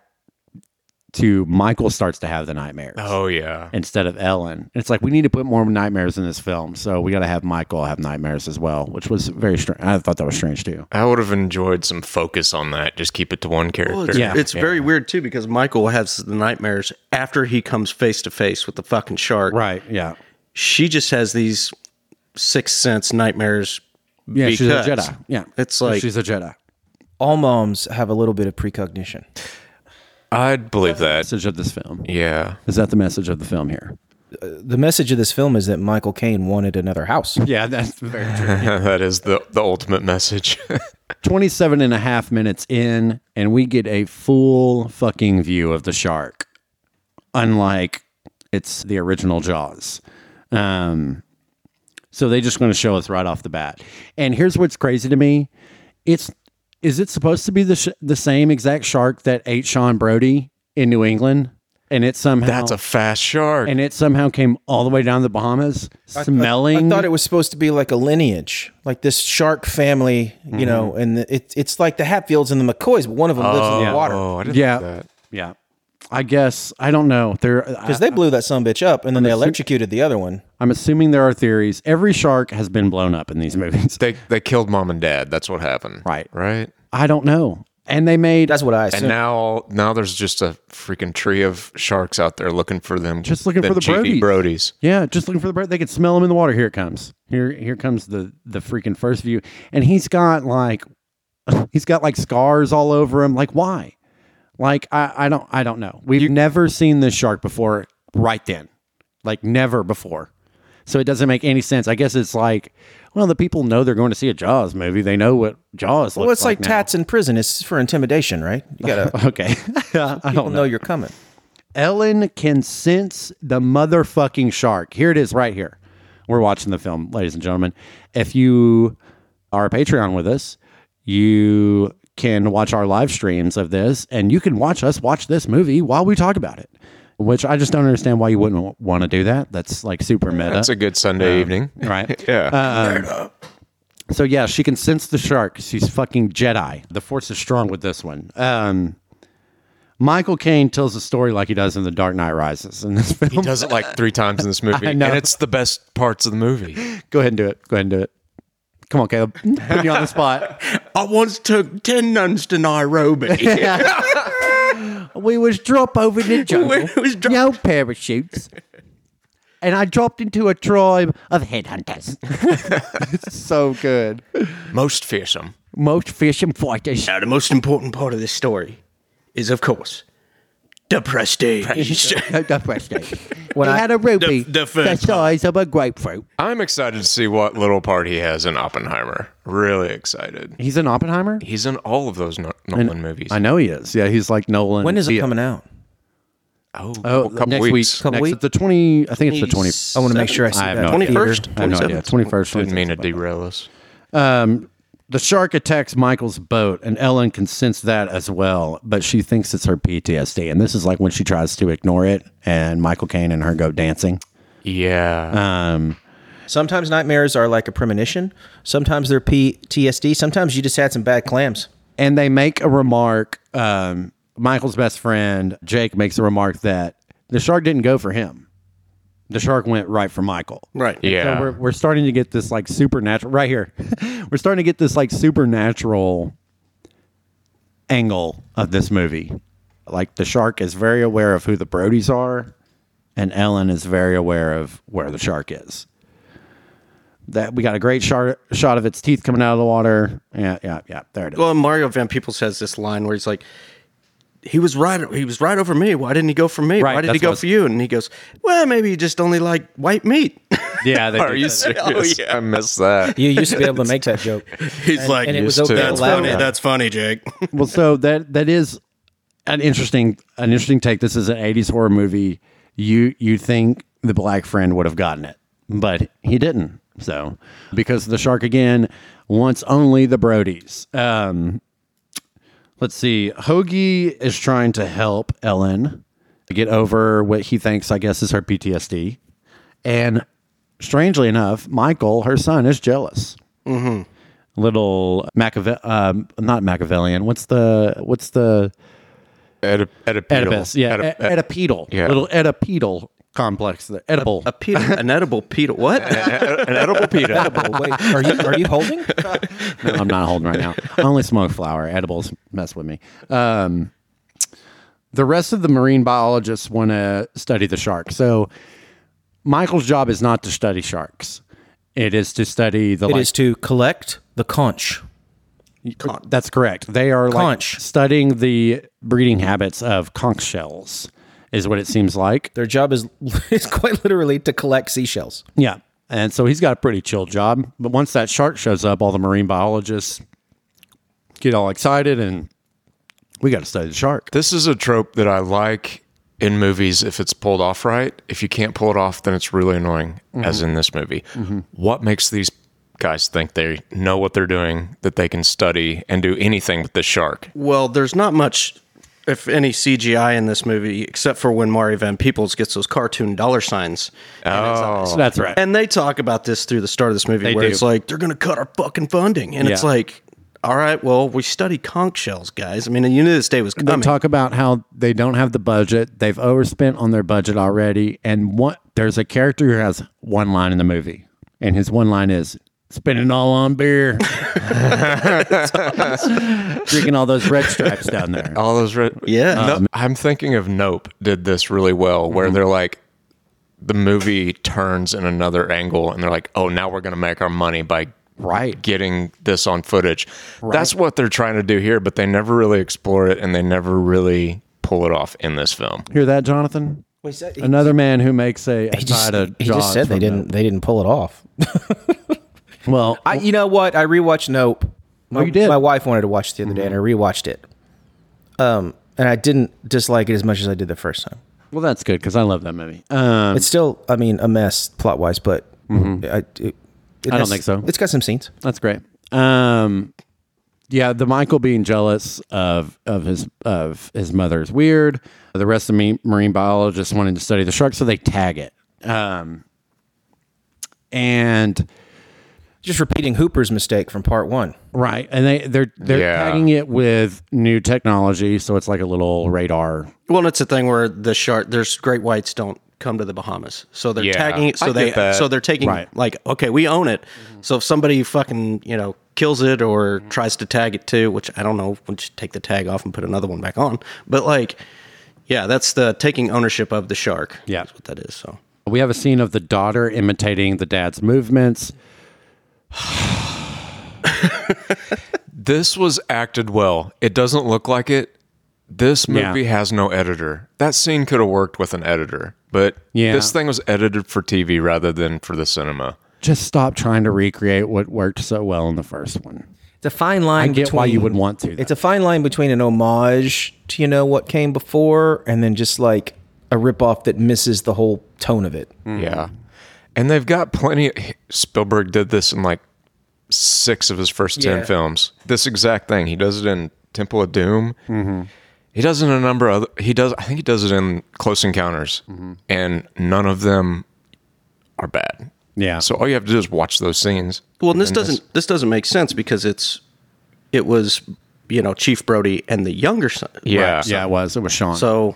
Speaker 1: to Michael starts to have the nightmares
Speaker 3: Oh yeah.
Speaker 1: instead of Ellen. And it's like we need to put more nightmares in this film, so we got to have Michael have nightmares as well, which was very strange. I thought that was strange too.
Speaker 3: I would have enjoyed some focus on that. Just keep it to one character.
Speaker 4: Well, it's,
Speaker 1: Yeah.
Speaker 4: it's very weird too because Michael has the nightmares after he comes face to face with the fucking shark.
Speaker 1: Right? Yeah.
Speaker 4: She just has these sixth sense nightmares.
Speaker 1: Yeah. she's a
Speaker 4: Because
Speaker 1: Jedi. Yeah.
Speaker 4: it's like-
Speaker 1: she's a Jedi.
Speaker 2: All moms have a little bit of precognition.
Speaker 3: I'd believe that.
Speaker 1: Message of this film.
Speaker 3: Yeah.
Speaker 1: Is that the message of the film here?
Speaker 2: The message of this film is that Michael Caine wanted another house.
Speaker 1: Yeah, that's very true.
Speaker 3: that is the the ultimate message.
Speaker 1: 27 and a half minutes in, and we get a full fucking view of the shark, unlike it's the original Jaws. Um, so they just want to show us right off the bat. And here's what's crazy to me: it's is it supposed to be the sh- the same exact shark that ate Sean Brody in New England, and it somehow
Speaker 3: That's a fast shark.
Speaker 1: and it somehow came all the way down to the Bahamas, smelling.
Speaker 2: I thought it was supposed to be like a lineage, like this shark family, you know, and the, it, it's like the Hatfields and the McCoys, but one of them lives in the water
Speaker 3: oh, I didn't
Speaker 1: yeah,
Speaker 3: think that.
Speaker 1: yeah. I guess I don't know. There, I-
Speaker 2: because they blew that son bitch up and then they electrocuted the other one.
Speaker 1: I'm assuming there are theories. Every shark has been blown up in these movies.
Speaker 3: They they killed mom and dad. That's what happened.
Speaker 1: Right.
Speaker 3: Right.
Speaker 1: I don't know. And they made
Speaker 2: That's what I assume.
Speaker 3: And now now there's just a freaking tree of sharks out there looking for them.
Speaker 1: Just looking
Speaker 3: them
Speaker 1: for the
Speaker 3: cheeky Brodies.
Speaker 1: yeah, just looking for the bird. They could smell him in the water. Here it comes. Here here comes the the freaking first view. And he's got like he's got like scars all over him. Like why? Like I I don't I don't know. We've never seen this shark before right then. Like never before. So it doesn't make any sense. I guess it's like well, the people know they're going to see a Jaws movie. They know what Jaws looks
Speaker 2: well, it's like,
Speaker 1: now.
Speaker 2: tats in prison. It's for intimidation, right? You gotta
Speaker 1: Okay. I
Speaker 2: people
Speaker 1: don't
Speaker 2: know you're coming.
Speaker 1: Ellen can sense the motherfucking shark. Here it is right here. We're watching the film, ladies and gentlemen. If you are a Patreon with us, you can watch our live streams of this and you can watch us watch this movie while we talk about it, which I just don't understand why you wouldn't want to do that. That's like super meta.
Speaker 3: That's a good Sunday evening.
Speaker 1: right. Um,
Speaker 3: Yeah.
Speaker 1: So yeah, she can sense the shark. She's fucking Jedi. The Force is strong with this one. Um, Michael Caine tells the story like he does in The Dark Knight Rises in this film.
Speaker 3: he does it like three times in this movie.
Speaker 1: I know.
Speaker 3: And it's the best parts of the movie.
Speaker 1: Go ahead and do it. Go ahead and do it. Come on, Caleb. Put you on the spot.
Speaker 4: I once took ten nuns to Nairobi.
Speaker 1: we was drop over the jungle.
Speaker 4: We was drop-
Speaker 1: no parachutes. And I dropped into a tribe of headhunters. it's so good.
Speaker 3: Most fearsome.
Speaker 1: Most fish and fighters.
Speaker 4: now the most important part of this story is, of course, the prestige.
Speaker 1: No, that's what I say.
Speaker 2: When
Speaker 1: he
Speaker 2: I-
Speaker 1: had a ruby
Speaker 4: The- the first
Speaker 1: size of a grapefruit.
Speaker 3: I'm excited to see what little part he has in Oppenheimer. Really excited.
Speaker 1: He's in Oppenheimer?
Speaker 3: He's in all of those Nor- Nolan movies.
Speaker 1: I know he is. Yeah, he's like Nolan.
Speaker 2: When is it
Speaker 1: Yeah.
Speaker 2: coming out?
Speaker 3: Oh,
Speaker 1: Oh,
Speaker 3: a couple
Speaker 1: next
Speaker 3: weeks.
Speaker 1: week.
Speaker 2: Couple
Speaker 1: next,
Speaker 2: week?
Speaker 1: The twenty. I think it's the twenty.
Speaker 2: I want to make sure I see
Speaker 1: I have
Speaker 2: that.
Speaker 1: no idea.
Speaker 4: 21st?
Speaker 1: I have no idea.
Speaker 4: 27th?
Speaker 1: Twenty first.
Speaker 3: Didn't mean to derail us.
Speaker 1: The shark attacks Michael's boat, and Ellen can sense that as well, but she thinks it's her PTSD. And this is like when she tries to ignore it, and Michael Caine and her go dancing.
Speaker 3: Yeah.
Speaker 1: Um,
Speaker 2: Sometimes nightmares are like a premonition. Sometimes they're PTSD. Sometimes you just had some bad clams.
Speaker 1: and they make a remark. Um, Michael's best friend, Jake, makes a remark that the shark didn't go for him. The shark went right for Michael.
Speaker 4: Right.
Speaker 3: yeah.
Speaker 1: So we're, we're starting to get this like supernatural right here. we're starting to get this like supernatural angle of this movie. Like the shark is very aware of who the Brodies are, and Ellen is very aware of where the shark is. That we got a great shot shot of its teeth coming out of the water. Yeah, yeah, yeah. There it is.
Speaker 4: Well, Mario Van Peebles has this line where he's like, "He was right. He was right over me. Why didn't he go for me?
Speaker 1: Right,
Speaker 4: Why did he
Speaker 1: that's
Speaker 4: go
Speaker 1: what-
Speaker 4: for you?" And he goes, "Well, maybe he just only liked white meat."
Speaker 1: Oh, yeah, they
Speaker 3: Are
Speaker 1: did
Speaker 3: you
Speaker 1: that.
Speaker 3: serious? I missed that.
Speaker 2: You used to be able to make that joke.
Speaker 4: He's like,
Speaker 2: and it was
Speaker 3: used to.
Speaker 2: okay
Speaker 4: "That's
Speaker 2: allowed
Speaker 4: funny. That's funny, Jake."
Speaker 1: well, so that that is an interesting an interesting take. This is an '80s horror movie. You you think the black friend would have gotten it, but he didn't. So because the shark again wants only the Brodies. Um, let's see. Hoagie is trying to help Ellen get over what he thinks, I guess, is her PTSD, and strangely enough, Michael, her son, is jealous little Machiavellian, um, not Machiavellian. What's the what's the
Speaker 3: Oedip- Oedipedal.
Speaker 1: Oedipus, yeah,
Speaker 3: Oedip-
Speaker 1: Oedip- Oedipedal,
Speaker 3: yeah.
Speaker 1: little Oedipedal complex, there. edible.
Speaker 4: A pedo, an edible pedo. What?
Speaker 3: an edible pita.
Speaker 2: Oh, wait, are you are you holding?
Speaker 1: No, I'm not holding right now. I only smoke flower. Edibles mess with me. Um, the rest of the marine biologists want to study the shark. So Michael's job is not to study sharks. It is to study the
Speaker 2: It
Speaker 1: like,
Speaker 2: is to collect the conch.
Speaker 1: That's correct. They are
Speaker 2: Conch.
Speaker 1: like studying the breeding habits of conch shells, is what it seems like.
Speaker 2: Their job is is quite literally to collect seashells.
Speaker 1: Yeah. And so he's got a pretty chill job. But once that shark shows up, all the marine biologists get all excited and we got to study the shark.
Speaker 3: This is a trope that I like in movies if it's pulled off right. If you can't pull it off, then it's really annoying, as
Speaker 1: Mm-hmm.
Speaker 3: in this movie. What makes these guys think they know what they're doing, that they can study and do anything with the shark?
Speaker 4: Well, there's not much, if any, CGI in this movie except for when Mari Van Peebles gets those cartoon dollar signs. in his eyes.
Speaker 1: That's right.
Speaker 4: And they talk about this through the start of this movie where
Speaker 1: do.
Speaker 4: it's like, they're going to cut our fucking funding. And it's
Speaker 1: Yeah.
Speaker 4: like, all right, well, we study conch shells, guys. I mean, you knew this day was
Speaker 1: they
Speaker 4: coming.
Speaker 1: talk about how they don't have the budget. They've overspent on their budget already. And what there's a character who has one line in the movie, and his one line is "Spend it all on beer," drinking all those red stripes down there.
Speaker 3: All those red.
Speaker 4: Yeah.
Speaker 3: No- I'm thinking of Nope did this really well, where they're like, the movie turns in another angle, and they're like, oh, now we're going to make our money by
Speaker 1: Right.
Speaker 3: getting this on footage. That's what they're trying to do here, but they never really explore it and they never really pull it off in this film.
Speaker 1: Hear that, Jonathan?
Speaker 2: He just,
Speaker 1: Another man who makes a, a tie to
Speaker 2: he just
Speaker 1: Jaws
Speaker 2: said they
Speaker 1: from
Speaker 2: didn't they didn't pull it off.
Speaker 1: the- well,
Speaker 2: I, you know what? I rewatched Nope. My,
Speaker 1: you did.
Speaker 2: My wife wanted to watch it the other day, and I rewatched it. Um, and I didn't dislike it as much as I did the first time.
Speaker 1: well, that's good because I love that movie. Um,
Speaker 2: It's still, I mean, a mess plot wise, but I, it, it
Speaker 1: I don't
Speaker 2: has-
Speaker 1: think so.
Speaker 2: It's got some scenes.
Speaker 1: That's great. Um, yeah, the Michael being jealous of of his of his mother is weird. The rest of me marine biologists wanted to study the shark, so they tag it. Um, and
Speaker 2: Just repeating Hooper's mistake from part one.
Speaker 1: right, and they they're they're
Speaker 3: Yeah.
Speaker 1: tagging it with new technology, so it's like a little radar.
Speaker 4: well, it's a thing where the shark, there's great whites don't come to the Bahamas. So they're
Speaker 3: Yeah,
Speaker 4: tagging it.
Speaker 3: I
Speaker 4: So they,
Speaker 3: get that.
Speaker 4: so they're taking,
Speaker 1: Right.
Speaker 4: like, okay, we own it. So if somebody fucking, you know, kills it or tries to tag it too, which I don't know, we'll just take the tag off and put another one back on. But like, yeah, that's the taking ownership of the shark.
Speaker 1: Yeah.
Speaker 4: That's what that is. So.
Speaker 1: We have a scene of the daughter imitating the dad's movements.
Speaker 3: This was acted well. It doesn't look like it. This
Speaker 1: Yeah.
Speaker 3: movie has no editor. That scene could have worked with an editor, but
Speaker 1: Yeah.
Speaker 3: this thing was edited for TV rather than for the cinema.
Speaker 1: Just stop trying to recreate what worked so well in the first one.
Speaker 2: It's a fine line.
Speaker 1: I get why you would want to. though.
Speaker 2: It's a fine line between an homage to you know what came before, and then just like a ripoff that misses the whole tone of it.
Speaker 3: Yeah. Mm-hmm. And they've got plenty. Spielberg did this in like six of his first 10
Speaker 2: Yeah.
Speaker 3: films. This exact thing. He does it in Temple of Doom. He does it in a number of other. He does, I think he does it in Close Encounters. And none of them are bad.
Speaker 1: yeah.
Speaker 3: So all you have to do is watch those scenes.
Speaker 4: Well, and this doesn't this doesn't make sense because it's it was you know Chief Brody and the younger son.
Speaker 3: Yeah.
Speaker 1: yeah, it was. It was Sean.
Speaker 4: So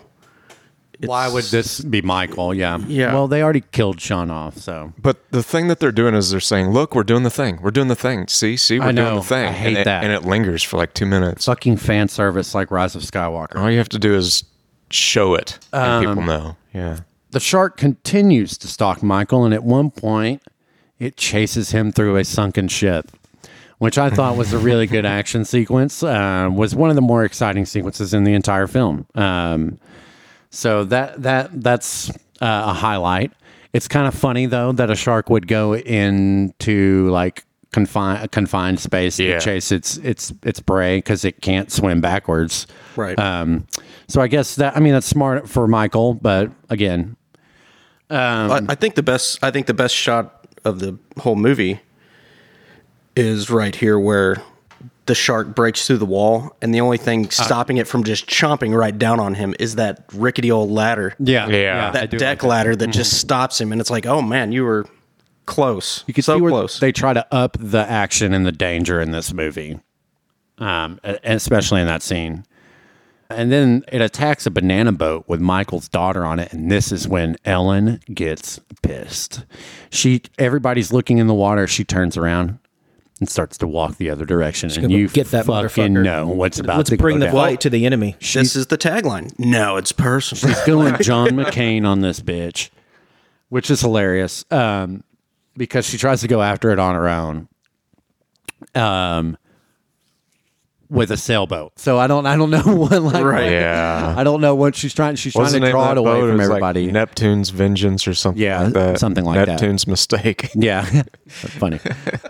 Speaker 1: Why would this be Michael? Yeah.
Speaker 4: Yeah.
Speaker 1: Well, they already killed Sean off, so
Speaker 3: But the thing that they're doing is they're saying, "Look, we're doing the thing. We're doing the thing. See, see, we're
Speaker 1: I know.
Speaker 3: doing the thing."
Speaker 1: I hate
Speaker 3: and it,
Speaker 1: that.
Speaker 3: And it lingers for like two minutes.
Speaker 1: fucking fan service like Rise of Skywalker.
Speaker 3: All you have to do is show it,
Speaker 1: Um,
Speaker 3: and people know. Yeah.
Speaker 1: The shark continues to stalk Michael, and at one point, it chases him through a sunken ship, which I thought was a really good action sequence. Uh, was one of the more exciting sequences in the entire film. Um, so that that that's uh, a highlight. It's kind of funny though that a shark would go into like confine a confined space
Speaker 3: Yeah.
Speaker 1: to chase its its its prey because it can't swim backwards.
Speaker 4: Right.
Speaker 1: Um, so I guess that I mean that's smart for Michael, but again,
Speaker 4: I, I think the best I think the best shot of the whole movie is right here where the shark breaks through the wall and the only thing stopping it from just chomping right down on him is that rickety old ladder.
Speaker 1: yeah,
Speaker 3: Yeah. I
Speaker 4: That deck ladder that just stops him and it's like, "Oh man, you were close." You so close.
Speaker 1: they try to up the action and the danger in this movie, um, e- especially in that scene. And then it attacks a banana boat with Michael's daughter on it, and this is when Ellen gets pissed. She everybody's looking in the water. She turns around and starts to walk the other direction, and
Speaker 2: gonna
Speaker 1: you
Speaker 2: get that
Speaker 1: fucking
Speaker 2: motherfucker.
Speaker 1: know what's about
Speaker 2: Let's
Speaker 1: to go
Speaker 2: bring the
Speaker 1: down.
Speaker 2: fight to the enemy.
Speaker 4: this is the tagline. No, it's personal.
Speaker 1: She's going John McCain on this bitch, which is hilarious um, because she tries to go after it on her own um, with a sailboat. So I don't I don't know what like
Speaker 4: Right.
Speaker 1: what-
Speaker 3: Yeah.
Speaker 1: I don't know what she's trying she's
Speaker 3: What's the
Speaker 1: trying to
Speaker 3: name
Speaker 1: draw
Speaker 3: of
Speaker 1: it
Speaker 3: that
Speaker 1: away
Speaker 3: boat? It
Speaker 1: from
Speaker 3: was like
Speaker 1: everybody.
Speaker 3: Neptune's Vengeance or something
Speaker 1: Yeah,
Speaker 3: like that.
Speaker 1: something like that.
Speaker 3: Neptune's Mistake.
Speaker 1: Yeah, that's funny.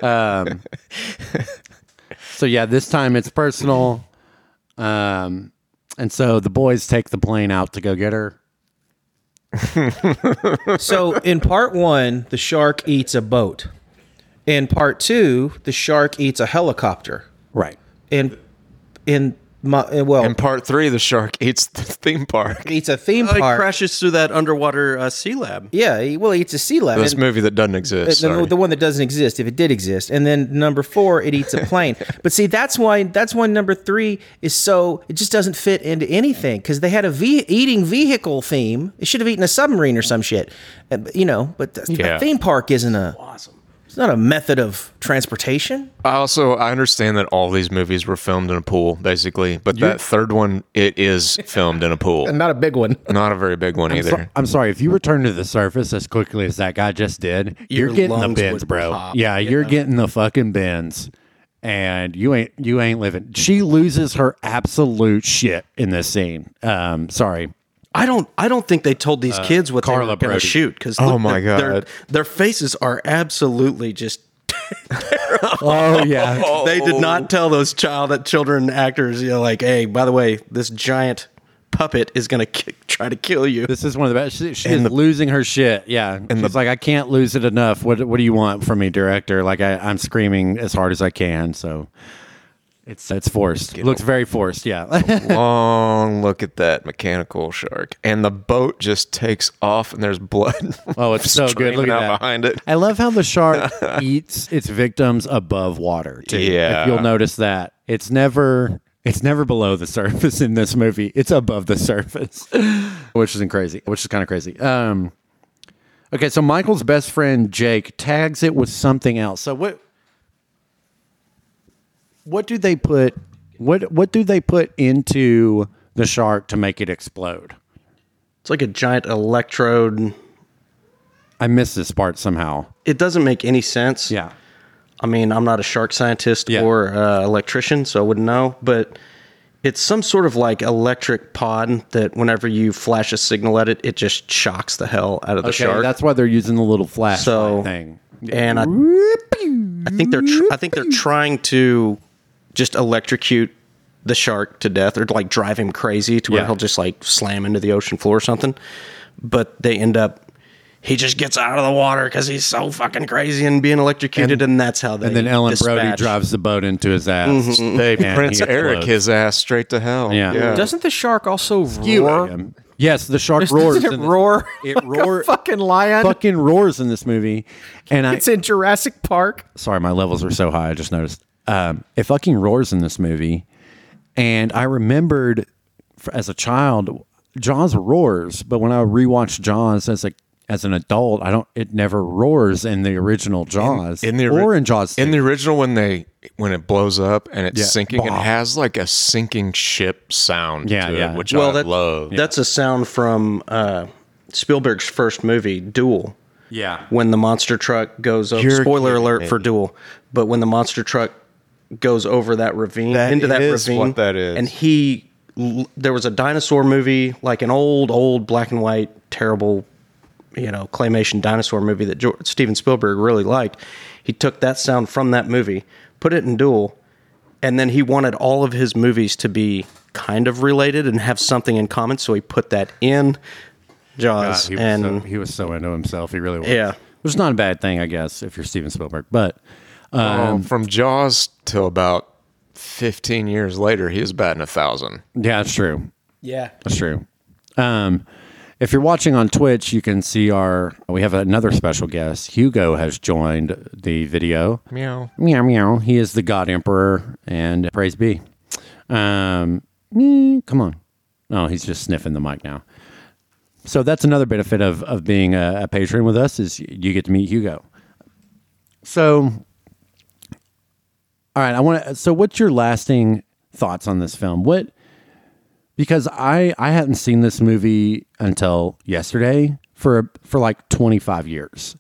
Speaker 1: Um, so yeah, this time it's personal, um, and so the boys take the plane out to go get her.
Speaker 2: So in part one, the shark eats a boat. In part two, the shark eats a helicopter.
Speaker 1: Right.
Speaker 2: In in my well,
Speaker 3: In part three, the shark eats the theme park.
Speaker 2: eats a theme
Speaker 4: it
Speaker 2: park.
Speaker 4: crashes through that underwater uh, sea lab.
Speaker 2: Yeah, he, well, he eats a sea lab.
Speaker 3: This
Speaker 2: And-
Speaker 3: movie that doesn't exist.
Speaker 2: the-
Speaker 3: sorry.
Speaker 2: the one that doesn't exist, if it did exist, and then number four, it eats a plane. but see, that's why that's why number three is so it just doesn't fit into anything because they had a ve- eating vehicle theme. It should have eaten a submarine or some shit, Uh, but, you know. But the,
Speaker 3: Yeah.
Speaker 2: a theme park isn't a it's not a method of transportation.
Speaker 3: I also I understand that all these movies were filmed in a pool, basically, but that third one it is filmed in a pool.
Speaker 2: Not a big one.
Speaker 3: Not a very big one either.
Speaker 1: So- I'm sorry, if you return to the surface as quickly as that guy just did, you're
Speaker 4: Your
Speaker 1: getting the
Speaker 4: lungs
Speaker 1: bins,
Speaker 4: would
Speaker 1: bro.
Speaker 4: pop,
Speaker 1: yeah, you're getting the fucking bins. And you ain't you ain't living. She loses her absolute shit in this scene. Um, sorry.
Speaker 4: I don't. I don't think they told these kids what
Speaker 1: Uh, Carla
Speaker 4: they were going to
Speaker 1: Brody.
Speaker 4: shoot because
Speaker 3: Oh my
Speaker 4: their,
Speaker 3: God.
Speaker 4: their faces are absolutely just.
Speaker 1: Oh yeah.
Speaker 4: They did
Speaker 1: Oh.
Speaker 4: not tell those child children actors, you know, like, hey, by the way, this giant puppet is going to try to kill you.
Speaker 1: this is one of the best. She, she is losing her shit. Yeah. And she's like, I can't lose it enough. What what do you want from me, director? Like I, I'm screaming as hard as I can, so it's it's forced. It looks very forced, yeah.
Speaker 3: Long look at that mechanical shark, and the boat just takes off, and there's blood.
Speaker 1: Oh, it's so good. Look
Speaker 3: streaming
Speaker 1: at
Speaker 3: out
Speaker 1: that.
Speaker 3: behind it.
Speaker 1: I love how the shark eats its victims above water. Too.
Speaker 3: Yeah.
Speaker 1: If you'll notice that. It's never it's never below the surface in this movie. It's above the surface. which is crazy. Which is kind of crazy. Um Okay, so Michael's best friend Jake tags it with something else. So what what do they put what what do they put into the shark to make it explode?
Speaker 4: It's like a giant electrode.
Speaker 1: I missed this part somehow.
Speaker 4: It doesn't make any sense.
Speaker 1: Yeah.
Speaker 4: I mean, I'm not a shark scientist
Speaker 1: Yeah.
Speaker 4: or uh, electrician, so I wouldn't know, but it's some sort of like electric pod that whenever you flash a signal at it, it just shocks the hell out of the
Speaker 1: Okay,
Speaker 4: shark.
Speaker 1: that's why they're using the little flashlight
Speaker 4: So-
Speaker 1: thing.
Speaker 4: and I, I think they're tr- I think they're trying to just electrocute the shark to death or like drive him crazy to where
Speaker 1: Yeah.
Speaker 4: he'll just like slam into the ocean floor or something. But they end up he just gets out of the water because he's so fucking crazy and being electrocuted, and, that's how they
Speaker 1: And then Ellen Brody
Speaker 4: dispatch-
Speaker 1: drives the boat into his ass.
Speaker 2: Mm-hmm.
Speaker 3: They
Speaker 1: And
Speaker 3: Prince
Speaker 1: he
Speaker 3: Eric
Speaker 1: explodes.
Speaker 3: his ass straight to hell.
Speaker 1: Yeah.
Speaker 2: Doesn't the shark also
Speaker 1: You
Speaker 2: roar?
Speaker 1: am. Yes, the shark roars.
Speaker 2: Doesn't it
Speaker 1: in this-
Speaker 2: roar?
Speaker 1: It
Speaker 2: like
Speaker 1: roar-
Speaker 2: a fucking lion.
Speaker 1: Fucking roars in this movie, and I
Speaker 2: It's in Jurassic Park.
Speaker 1: sorry my levels are so high. I just noticed. Um, it fucking roars in this movie, and I remembered f- as a child, Jaws roars. But when I rewatched Jaws as a as an adult, I don't. It never roars in the original Jaws
Speaker 3: In the ori-
Speaker 1: or in Jaws.
Speaker 3: in the original when they when it blows up and it's
Speaker 1: Yeah.
Speaker 3: sinking, it
Speaker 1: Bah.
Speaker 3: has like a sinking ship sound
Speaker 1: Yeah,
Speaker 3: to
Speaker 1: yeah.
Speaker 3: it, which I
Speaker 4: Well, that,
Speaker 3: love.
Speaker 4: that's a sound from uh, Spielberg's first movie, Duel.
Speaker 1: yeah,
Speaker 4: When the monster truck goes over,
Speaker 3: You're
Speaker 4: spoiler
Speaker 3: kidding
Speaker 4: alert
Speaker 3: me.
Speaker 4: for Duel, but when the monster truck goes over that ravine,
Speaker 3: That
Speaker 4: into that
Speaker 3: is
Speaker 4: ravine,
Speaker 3: what that is.
Speaker 4: and he, l- there was a dinosaur movie, like an old, old black and white, terrible, you know, claymation dinosaur movie that George, Steven Spielberg really liked. He took that sound from that movie, put it in Duel, and then he wanted all of his movies to be kind of related and have something in common, so he put that in Jaws,
Speaker 1: Uh, he, was
Speaker 4: and
Speaker 1: so, he was so into himself. He really was.
Speaker 4: Yeah.
Speaker 1: Which is not a bad thing, I guess, if you're Steven Spielberg. But
Speaker 3: Um, from Jaws till about fifteen years later, he was batting a thousand.
Speaker 1: yeah, it's true.
Speaker 2: Yeah.
Speaker 1: That's true. Um, if you're watching on Twitch, you can see our. We have another special guest. Hugo has joined the video.
Speaker 3: Meow.
Speaker 1: Meow meow. He is the God Emperor, and praise be. Um, mm, come on. Oh, he's just sniffing the mic now. So that's another benefit of of being a, a patron with us is you get to meet Hugo. So, all right, I want to. So, what's your lasting thoughts on this film? What because I I hadn't seen this movie until yesterday for for like twenty five years.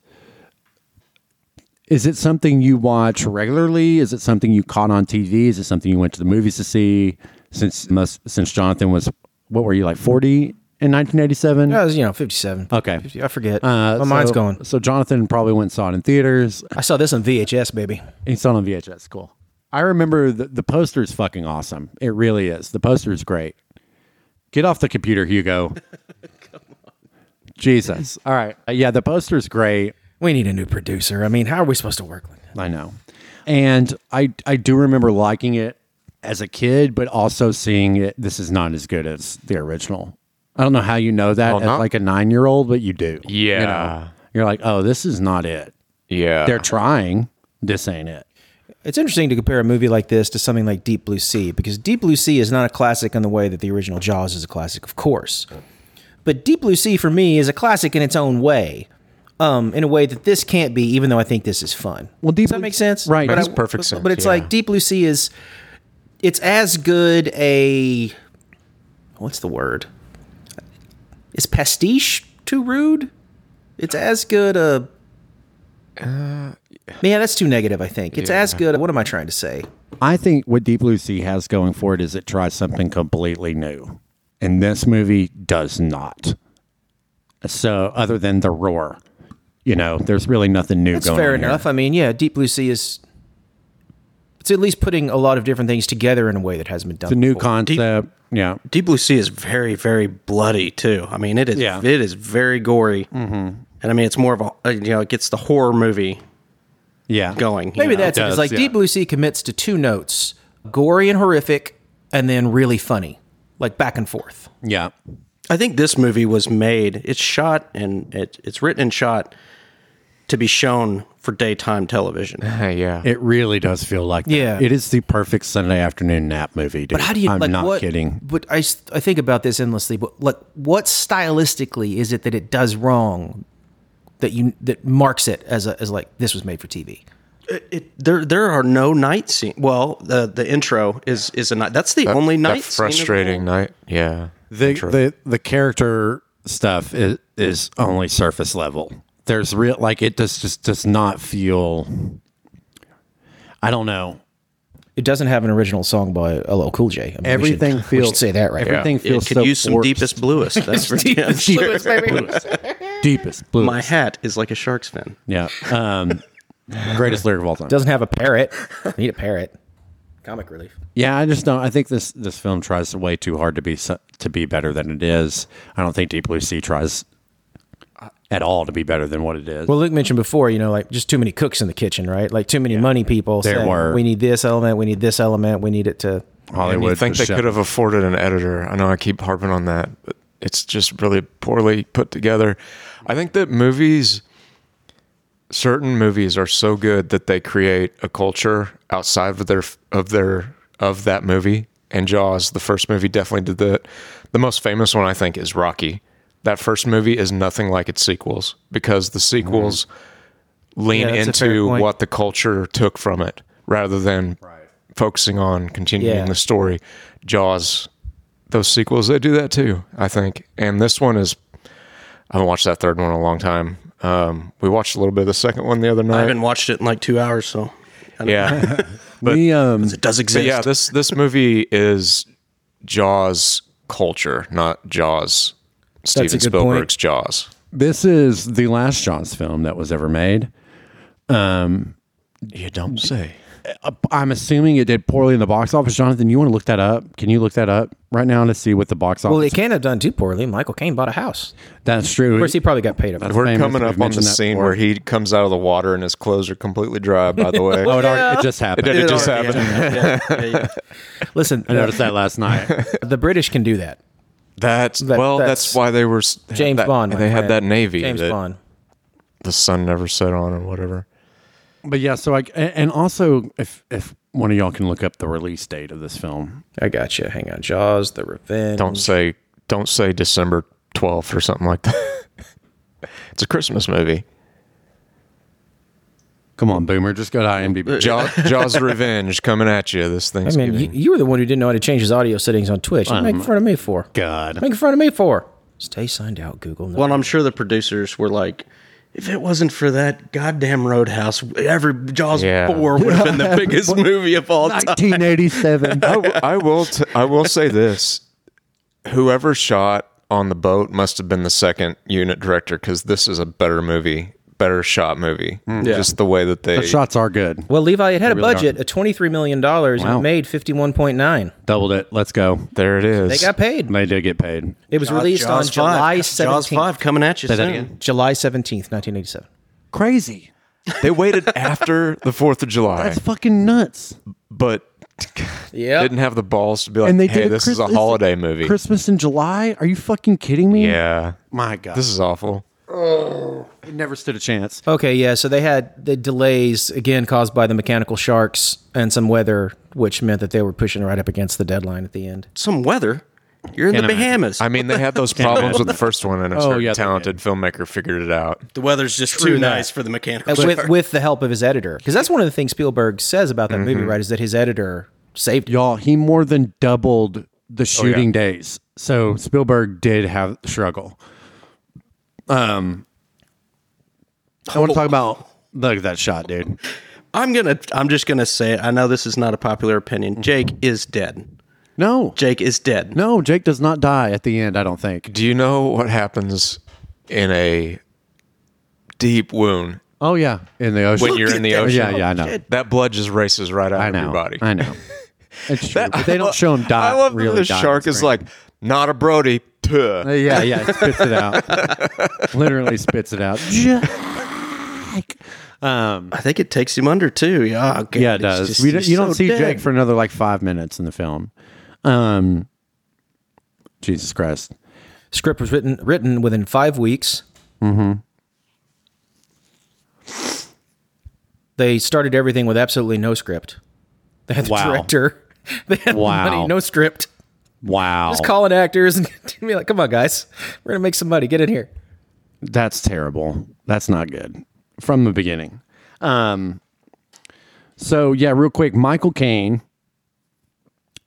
Speaker 1: Is it something you watch regularly? Is it something you caught on TV? Is it something you went to the movies to see? Since most, since Jonathan was what were you like forty in nineteen eighty seven?
Speaker 2: I was, you know, 57.
Speaker 1: Okay.
Speaker 2: 50, I forget. My mind's
Speaker 1: Uh, so,
Speaker 2: going.
Speaker 1: So Jonathan probably went and saw it in theaters.
Speaker 2: I saw this on VHS, baby.
Speaker 1: He saw it on VHS. Cool. I remember the, the poster is fucking awesome. It really is. The poster is great. Get off the computer, Hugo. Jesus. All right. Uh, yeah, the poster is great.
Speaker 2: We need a new producer. I mean, how are we supposed to work like that?
Speaker 1: I know. And I I do remember liking it as a kid, but also seeing it this is not as good as the original. I don't know how you know that
Speaker 3: Well,
Speaker 1: as
Speaker 3: Oh, not-
Speaker 1: like a nine year old, but you do. You
Speaker 3: Yeah.
Speaker 1: know? You're like, oh, this is not it.
Speaker 3: Yeah.
Speaker 1: They're trying. This ain't it.
Speaker 2: It's interesting to compare a movie like this to something like Deep Blue Sea because Deep Blue Sea is not a classic in the way that the original Jaws is a classic, of course. But Deep Blue Sea for me is a classic in its own way, um, in a way that this can't be, even though I think this is fun.
Speaker 1: Well, Deep
Speaker 2: Does that
Speaker 1: Blue-
Speaker 2: make sense?
Speaker 1: Right.
Speaker 2: But
Speaker 1: Makes
Speaker 2: I-
Speaker 3: perfect
Speaker 2: but-
Speaker 3: sense,
Speaker 2: But it's
Speaker 3: yeah.
Speaker 2: like Deep Blue Sea is, it's as good a, what's the word? Is pastiche too rude? It's as good a.
Speaker 1: Uh,
Speaker 2: yeah, that's too negative. I think it's as good. What am I trying to say?
Speaker 1: I think what Deep Blue Sea has going for it is it tries something completely new. And this movie does not. So, other than the roar, you know, there's really nothing new
Speaker 2: That's
Speaker 1: going
Speaker 2: fair
Speaker 1: on. here.
Speaker 2: enough. I mean, yeah, Deep Blue Sea is. It's at least putting a lot of different things together in a way that hasn't been done.
Speaker 1: The new
Speaker 2: before.
Speaker 1: concept. yeah.
Speaker 4: Deep Blue Sea is very, very bloody too. I mean, it is
Speaker 1: Yeah.
Speaker 4: it is very gory, mm-hmm. and I mean, it's more of a uh, you know, it gets the horror movie
Speaker 1: Yeah.
Speaker 4: going. you
Speaker 2: Maybe
Speaker 4: know?
Speaker 2: that's it.
Speaker 1: does,
Speaker 2: It's like
Speaker 1: yeah.
Speaker 2: Deep Blue Sea commits to two notes: gory and horrific, and then really funny, like back and forth.
Speaker 1: Yeah.
Speaker 4: I think this movie was made. It's shot and it, it's written and shot to be shown for daytime television.
Speaker 3: yeah.
Speaker 1: It really does feel like that.
Speaker 2: Yeah.
Speaker 1: It is the perfect Sunday afternoon nap movie. Dude.
Speaker 2: But how do you?
Speaker 1: I'm
Speaker 2: like,
Speaker 1: not
Speaker 2: what-
Speaker 1: kidding.
Speaker 2: But I, s- I think about this endlessly. But like, what stylistically is it that it does wrong that you that marks it as a, as like this was made for TV?
Speaker 4: It, there, there are no night scene. Well, the the intro is is a night. That's the only
Speaker 3: That
Speaker 4: night. scene of the
Speaker 3: frustrating night. Yeah.
Speaker 1: The, the the character stuff is, is only surface level. There's real like it does just does not feel I don't know.
Speaker 2: It doesn't have an original song by LL Cool J. I mean, we should-
Speaker 1: Everything
Speaker 2: we should,
Speaker 1: feels
Speaker 2: say that right.
Speaker 1: Everything
Speaker 4: whole-
Speaker 1: feels
Speaker 4: It could
Speaker 1: so
Speaker 4: use some
Speaker 1: forced.
Speaker 4: deepest bluest. That's for damn sure.
Speaker 1: deepest blue.
Speaker 4: My hat is like a shark's fin.
Speaker 1: yeah. Um, greatest lyric of all time.
Speaker 2: Doesn't have a parrot. Need a parrot. Comic relief.
Speaker 1: Yeah, I just don't. I think this this film tries way too hard to be su- to be better than it is. I don't think Deep Blue Sea tries at all to be better than what it is.
Speaker 2: Well, Luke mentioned before, you know, like just too many cooks in the kitchen, right? Like too many money people.
Speaker 1: There
Speaker 2: saying,
Speaker 1: were.
Speaker 2: We need this element. We need this element. We need it to.
Speaker 1: Hollywood.
Speaker 3: I think
Speaker 1: was
Speaker 3: they
Speaker 1: shut-
Speaker 3: could have afforded an editor. I know I keep harping on that, but it's just really poorly put together. I think that movies, certain movies, are so good that they create a culture outside of their of their of that movie. And Jaws, the first movie, definitely did that. The most famous one I think is Rocky. That first movie is nothing like its sequels because the sequels lean
Speaker 2: Mm-hmm. Yeah, that's a fair
Speaker 3: into
Speaker 2: point.
Speaker 3: what the culture took from it rather than focusing on continuing
Speaker 2: Yeah.
Speaker 3: the story. Jaws, those sequels, they do that too, I think. And this one is, I haven't watched that third one in a long time. Um, we watched a little bit of the second one the other
Speaker 4: I
Speaker 3: night.
Speaker 4: haven't watched it in like two hours, so I don't-
Speaker 3: yeah.
Speaker 1: we um
Speaker 4: it does
Speaker 3: But
Speaker 4: exist.
Speaker 3: yeah, this this movie is Jaws culture, not Jaws. Steven
Speaker 2: good
Speaker 3: Spielberg's
Speaker 2: point.
Speaker 3: Jaws.
Speaker 1: this is the last Jaws film that was ever made. Um,
Speaker 3: You don't say.
Speaker 1: uh, I'm assuming it did poorly in the box office. Jonathan, you want to look that up? Can you look that up right now to see what the box office?
Speaker 2: Well, it can't have done too poorly. Michael Caine bought a house.
Speaker 1: that's true.
Speaker 2: Of course, he probably got paid. A
Speaker 3: We're
Speaker 1: famous.
Speaker 3: coming
Speaker 1: We've
Speaker 3: up on the
Speaker 1: mentioned that
Speaker 3: scene
Speaker 1: before.
Speaker 3: where he comes out of the water and his clothes are completely dry. By the way,
Speaker 1: oh, it, already, it just happened.
Speaker 3: It just
Speaker 4: already
Speaker 3: happened.
Speaker 4: Yeah, yeah, yeah.
Speaker 2: Listen,
Speaker 1: I noticed that last night.
Speaker 2: the British can do that.
Speaker 3: That's
Speaker 2: That-
Speaker 3: well. That's,
Speaker 2: that's
Speaker 3: why they were s- they had
Speaker 2: James
Speaker 3: that-
Speaker 2: Bond, my
Speaker 3: They had
Speaker 2: friend.
Speaker 3: that navy.
Speaker 2: James
Speaker 3: that
Speaker 2: Bond.
Speaker 3: The sun never set on, or whatever.
Speaker 1: But yeah, so I and also if if one of y'all can look up the release date of this film,
Speaker 2: I got you. Hang on, Jaws, The Revenge.
Speaker 3: Don't say don't say December 12th or something like that. it's a Christmas movie.
Speaker 1: Come on, Boomer, just go to IMDb.
Speaker 3: Jaw, Jaws of Revenge coming at you this
Speaker 2: I
Speaker 3: Thanksgiving.
Speaker 2: mean, you, you were the one who didn't know how to change his audio settings on Twitch. You're making fun of me for.
Speaker 1: God.
Speaker 2: Making fun of me for. Stay signed out, Google. No.
Speaker 4: Well, I'm sure the producers were like, if it wasn't for that goddamn Roadhouse, every Jaws
Speaker 3: Yeah.
Speaker 4: 4 would have been the biggest movie of all time.
Speaker 1: 1987.
Speaker 3: I, w- I will. T- I will say this: whoever shot on the boat must have been the second unit director because this is a better movie, better shot movie.
Speaker 2: Hmm.
Speaker 3: Just the way that they
Speaker 1: the shots are good.
Speaker 2: Well, Levi, it had a
Speaker 3: really
Speaker 2: budget of $23 million and
Speaker 1: Wow.
Speaker 2: it made 51.9.
Speaker 1: Doubled it. Let's go.
Speaker 3: There it is.
Speaker 2: They got paid.
Speaker 1: They did get paid.
Speaker 2: It was released on July 17th.
Speaker 4: Jaws 5 coming at you
Speaker 1: that
Speaker 4: soon.
Speaker 1: again.
Speaker 2: July 17th, 1987.
Speaker 1: Crazy.
Speaker 3: They waited after the Fourth of July,
Speaker 1: That's fucking nuts.
Speaker 3: but
Speaker 2: Yeah.
Speaker 3: didn't have the balls to be like,
Speaker 1: And they
Speaker 3: "Hey,
Speaker 1: did a
Speaker 3: this
Speaker 1: Chris-
Speaker 3: is a holiday movie."
Speaker 1: Christmas in July? Are you fucking kidding me?
Speaker 3: yeah,
Speaker 1: My God.
Speaker 3: this
Speaker 1: This
Speaker 3: is awful.
Speaker 1: never stood a chance.
Speaker 2: Okay, yeah. So they had the delays again caused by the mechanical sharks and some weather, which meant that they were pushing right up against the deadline at the end.
Speaker 4: Some weather. You're in
Speaker 1: Can't
Speaker 4: the
Speaker 1: imagine.
Speaker 4: Bahamas.
Speaker 3: I mean, they had those problems with the first one, and a certain
Speaker 1: yeah, they
Speaker 3: talented filmmaker figured it out.
Speaker 4: the weather's just too nice for the mechanical
Speaker 2: And with, with the help of his editor, because that's one of the things Spielberg says about that
Speaker 1: Mm-hmm.
Speaker 2: movie, right? Is that his editor saved it.
Speaker 1: Y'all, he more than doubled
Speaker 3: Oh,
Speaker 1: the shooting days. So Spielberg did have struggle. Um, I want to talk about look at that shot, dude.
Speaker 4: I'm gonna. I'm just gonna say it. I know this is not a popular opinion. Jake is dead.
Speaker 1: No,
Speaker 4: Jake is dead.
Speaker 1: no, Jake does not die at the end. I don't think.
Speaker 3: Do you know what happens in a deep wound
Speaker 1: Oh yeah, in the ocean.
Speaker 3: when you're in the
Speaker 1: Oh,
Speaker 3: ocean?
Speaker 1: yeah, yeah, I know.
Speaker 3: That blood just races right out
Speaker 1: I
Speaker 3: of
Speaker 1: know.
Speaker 3: your body.
Speaker 1: I know. It's true. but they don't show him die.
Speaker 3: I love
Speaker 1: really
Speaker 3: that the
Speaker 1: die.
Speaker 3: shark
Speaker 1: It's
Speaker 3: is
Speaker 1: great.
Speaker 3: like, not a Brody.
Speaker 4: Uh,
Speaker 3: Tuh.
Speaker 1: yeah, yeah, it spits it out. Literally spits it out. Jake. Um,
Speaker 4: I think it takes him under too. Yeah. oh, God,
Speaker 1: yeah, it
Speaker 4: he's
Speaker 1: does.
Speaker 4: just-
Speaker 1: we don't,
Speaker 4: he's
Speaker 1: you don't
Speaker 4: so
Speaker 1: see
Speaker 4: dead.
Speaker 1: Jake for another like five minutes in the film. Um, Jesus Christ.
Speaker 2: Script was written written within five weeks. Mm-hmm. They started everything with absolutely no script. They had the
Speaker 1: Wow.
Speaker 2: director. They had
Speaker 1: Wow.
Speaker 2: the money, no script.
Speaker 1: Wow.
Speaker 2: Just calling actors and be like, "Come on, guys, we're gonna make some money. Get in here."
Speaker 1: That's terrible. That's not good from the beginning. Um, so yeah, real quick, Michael Caine.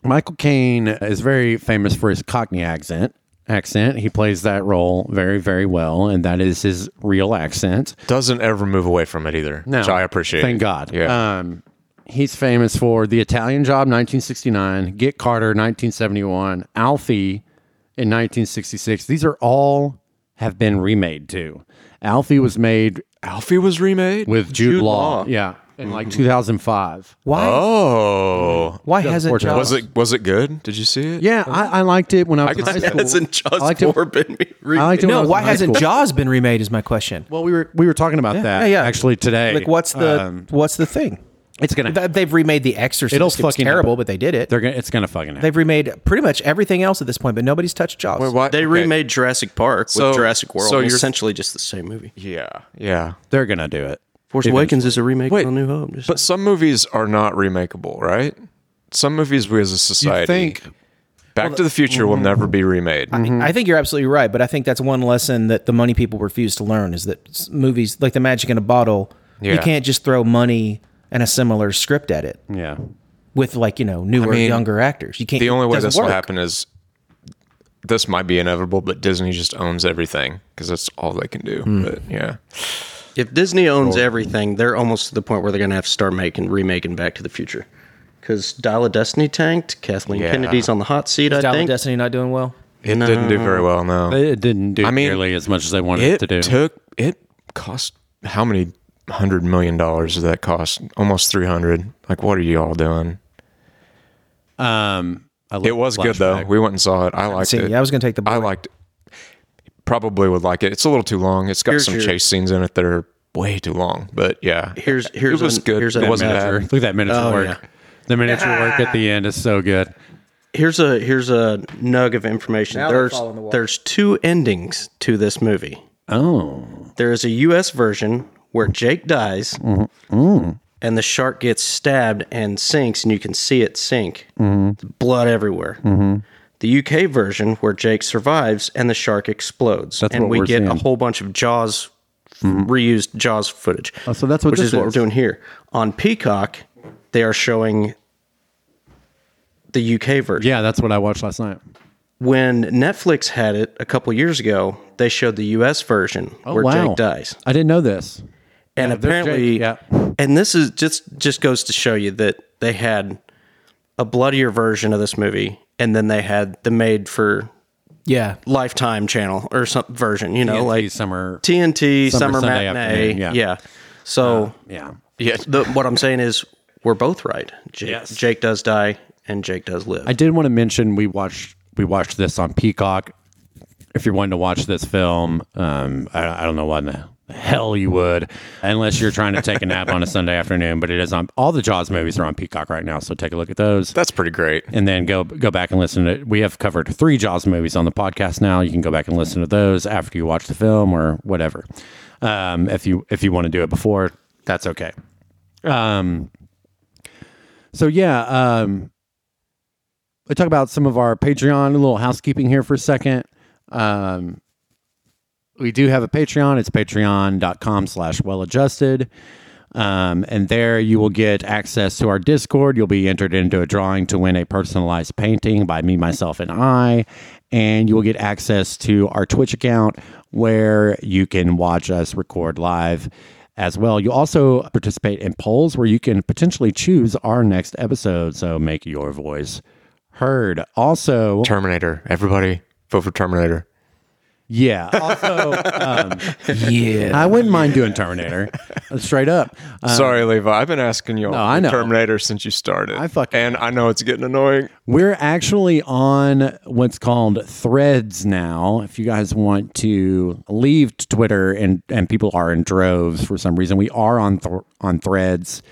Speaker 1: Michael Caine is very famous for his Cockney accent. Accent. He plays that role very, very well, and that is his real accent.
Speaker 3: Doesn't ever move away from it either,
Speaker 1: No,
Speaker 3: which I appreciate.
Speaker 1: Thank God.
Speaker 3: Yeah.
Speaker 1: Um, he's famous for The Italian Job, 1969, Get Carter, 1971, Alfie in 1966. These are all have been remade too. Alfie was made
Speaker 3: Alfie was remade?
Speaker 1: with Jude,
Speaker 4: Jude
Speaker 1: Law.
Speaker 4: Law.
Speaker 1: Yeah, in like
Speaker 2: Mm-hmm.
Speaker 1: 2005.
Speaker 2: Why?
Speaker 3: oh.
Speaker 2: why hasn't
Speaker 1: unfortunately.
Speaker 2: Jaws?
Speaker 3: Was it was it good? Did you see it?
Speaker 1: Yeah, I, I liked it when I was in
Speaker 4: It's-
Speaker 1: high school.
Speaker 4: It's in
Speaker 1: I
Speaker 4: Jaws
Speaker 1: liked it.
Speaker 4: four. Been re-
Speaker 1: I liked it when I
Speaker 2: No,
Speaker 1: was in
Speaker 2: why
Speaker 1: high
Speaker 2: hasn't
Speaker 1: school.
Speaker 2: Jaws been remade? Is my question.
Speaker 1: Well, we were we were talking about that
Speaker 2: yeah, yeah.
Speaker 1: actually today.
Speaker 2: Like, what's the
Speaker 1: Um,
Speaker 2: what's the thing?
Speaker 1: it's gonna
Speaker 2: That they've remade The Exorcist.
Speaker 1: It'll
Speaker 2: It was
Speaker 1: fucking
Speaker 2: terrible,
Speaker 1: happen.
Speaker 2: but they did it.
Speaker 1: they're gonna it's gonna fucking happen.
Speaker 2: They've remade pretty much everything else at this point, but nobody's touched Jaws.
Speaker 3: Why-
Speaker 4: They
Speaker 3: okay.
Speaker 4: remade Jurassic Park
Speaker 3: So-
Speaker 4: with Jurassic World.
Speaker 3: so
Speaker 4: So
Speaker 3: you're-
Speaker 4: essentially just the same movie.
Speaker 3: Yeah. Yeah.
Speaker 1: They're gonna do it.
Speaker 4: Force Awakens is a remake
Speaker 3: Wait,
Speaker 4: of A New Hope. Just-
Speaker 3: But some movies are not remakeable, right? Some movies we as a society
Speaker 1: think-
Speaker 3: Back to the Future will never be remade.
Speaker 2: mm-hmm. I think you're absolutely right, but I think that's one lesson that the money people refuse to learn is that s- movies like The Magic in a Bottle, you
Speaker 3: Yeah. Mm.
Speaker 2: can't just throw money and a similar script at it
Speaker 1: Yeah.
Speaker 2: with like you know newer,
Speaker 3: mean,
Speaker 2: younger actors. You can't.
Speaker 3: the only
Speaker 2: it
Speaker 3: way
Speaker 2: doesn't
Speaker 3: this
Speaker 2: work.
Speaker 3: will happen is this might be inevitable, but Disney just owns everything because that's all they can do.
Speaker 2: Hmm.
Speaker 3: But yeah,
Speaker 4: if Disney owns everything, they're almost to the point where they're gonna have to start making remaking Back to the Future. Because Dial of Destiny tanked. Kathleen
Speaker 3: Yeah.
Speaker 4: Kennedy's on the hot seat. I
Speaker 2: Dial of
Speaker 4: think.
Speaker 2: Destiny not doing well.
Speaker 3: it didn't do very well. No,
Speaker 1: It didn't do
Speaker 3: I mean,
Speaker 1: nearly as much as they wanted it,
Speaker 3: it
Speaker 1: to do.
Speaker 3: took it cost how many hundred million dollars did that cost? Almost three hundred. Like, what are you all doing?
Speaker 1: um, I
Speaker 3: It was good though. We went and saw it. I liked
Speaker 2: See,
Speaker 3: it.
Speaker 2: yeah, I was going to take the.
Speaker 3: I liked. It. Probably would like it. It's a little too long. It's got
Speaker 4: Here's
Speaker 3: some
Speaker 4: your-
Speaker 3: chase scenes in it that are way too long. But yeah,
Speaker 4: Here's here's
Speaker 3: it was
Speaker 4: an-
Speaker 3: good.
Speaker 4: Here's
Speaker 3: it
Speaker 4: an
Speaker 3: wasn't
Speaker 4: analogy.
Speaker 1: Look
Speaker 3: bad.
Speaker 1: at that miniature
Speaker 3: Oh,
Speaker 1: work. The miniature work at the end is so good.
Speaker 4: here's a here's a nug of information.
Speaker 2: Now they
Speaker 4: there's
Speaker 2: fall in the water.
Speaker 4: there's two endings to this movie.
Speaker 1: Oh,
Speaker 4: There is a U.S. version where Jake dies, and the shark gets stabbed and sinks, and you can see it sink, blood everywhere. the UK version where Jake survives and the shark explodes,
Speaker 1: That's
Speaker 4: and
Speaker 1: what
Speaker 4: we
Speaker 1: we're
Speaker 4: get a
Speaker 1: seeing.
Speaker 4: whole bunch of Jaws reused Jaws footage.
Speaker 1: Oh, so that's what
Speaker 4: which
Speaker 1: this
Speaker 4: is what we're
Speaker 1: is.
Speaker 4: doing here on Peacock. They are showing the UK version.
Speaker 1: Yeah, that's what I watched last night.
Speaker 4: When Netflix had it a couple years ago, they showed the US version
Speaker 1: Oh,
Speaker 4: where
Speaker 1: wow.
Speaker 4: Jake dies
Speaker 1: I didn't know this.
Speaker 4: and
Speaker 1: Yeah, there's
Speaker 4: apparently
Speaker 1: Jake, yeah.
Speaker 4: and this is just just goes to show you that they had a bloodier version of this movie and then they had the made for
Speaker 2: Yeah.
Speaker 4: lifetime channel or some version
Speaker 3: Oh,
Speaker 4: you know
Speaker 1: TNT
Speaker 4: like
Speaker 1: summer-
Speaker 4: tnt
Speaker 1: summer
Speaker 4: summer,
Speaker 1: Sunday
Speaker 4: matinee
Speaker 1: afternoon, yeah. Uh,
Speaker 4: yeah. so
Speaker 1: Yeah.
Speaker 3: Yeah.
Speaker 4: the, what i'm saying is we're both right jake,
Speaker 1: Yes.
Speaker 4: jake does die and jake does live
Speaker 1: I did want to mention we watched we watched this on Peacock. If you're wanting to watch this film, um, I, I don't know why in the hell you would, unless you're trying to take a nap on a Sunday afternoon. But it is on all the Jaws movies are on Peacock right now, so take a look at those.
Speaker 3: That's pretty great.
Speaker 1: and then go go back and listen to it. We have covered three Jaws movies on the podcast now. You can go back and listen to those after you watch the film or whatever. Um, if you if you want to do it before, that's okay. Um, so yeah, um, let's talk about some of our Patreon. A little housekeeping here for a second. Um, we do have a Patreon. It's patreon.com slash welladjusted. Um, and there you will get access to our Discord. You'll be entered into a drawing to win a personalized painting by me, myself, and I. And you will get access to our Twitch account where you can watch us record live as well. You also participate in polls where you can potentially choose our next episode. So make your voice heard. Also,
Speaker 3: Terminator. Everybody vote for Terminator.
Speaker 1: yeah. Also, um, yeah. I wouldn't mind doing Terminator straight up.
Speaker 3: Sorry, Levi. I've been asking you all
Speaker 1: I
Speaker 3: for
Speaker 1: know.
Speaker 3: Terminator since you started. I
Speaker 1: fucking-
Speaker 3: and I know it's getting annoying.
Speaker 1: We're actually on what's called threads now. If you guys want to leave Twitter and, and people are in droves for some reason, we are on th- on threads.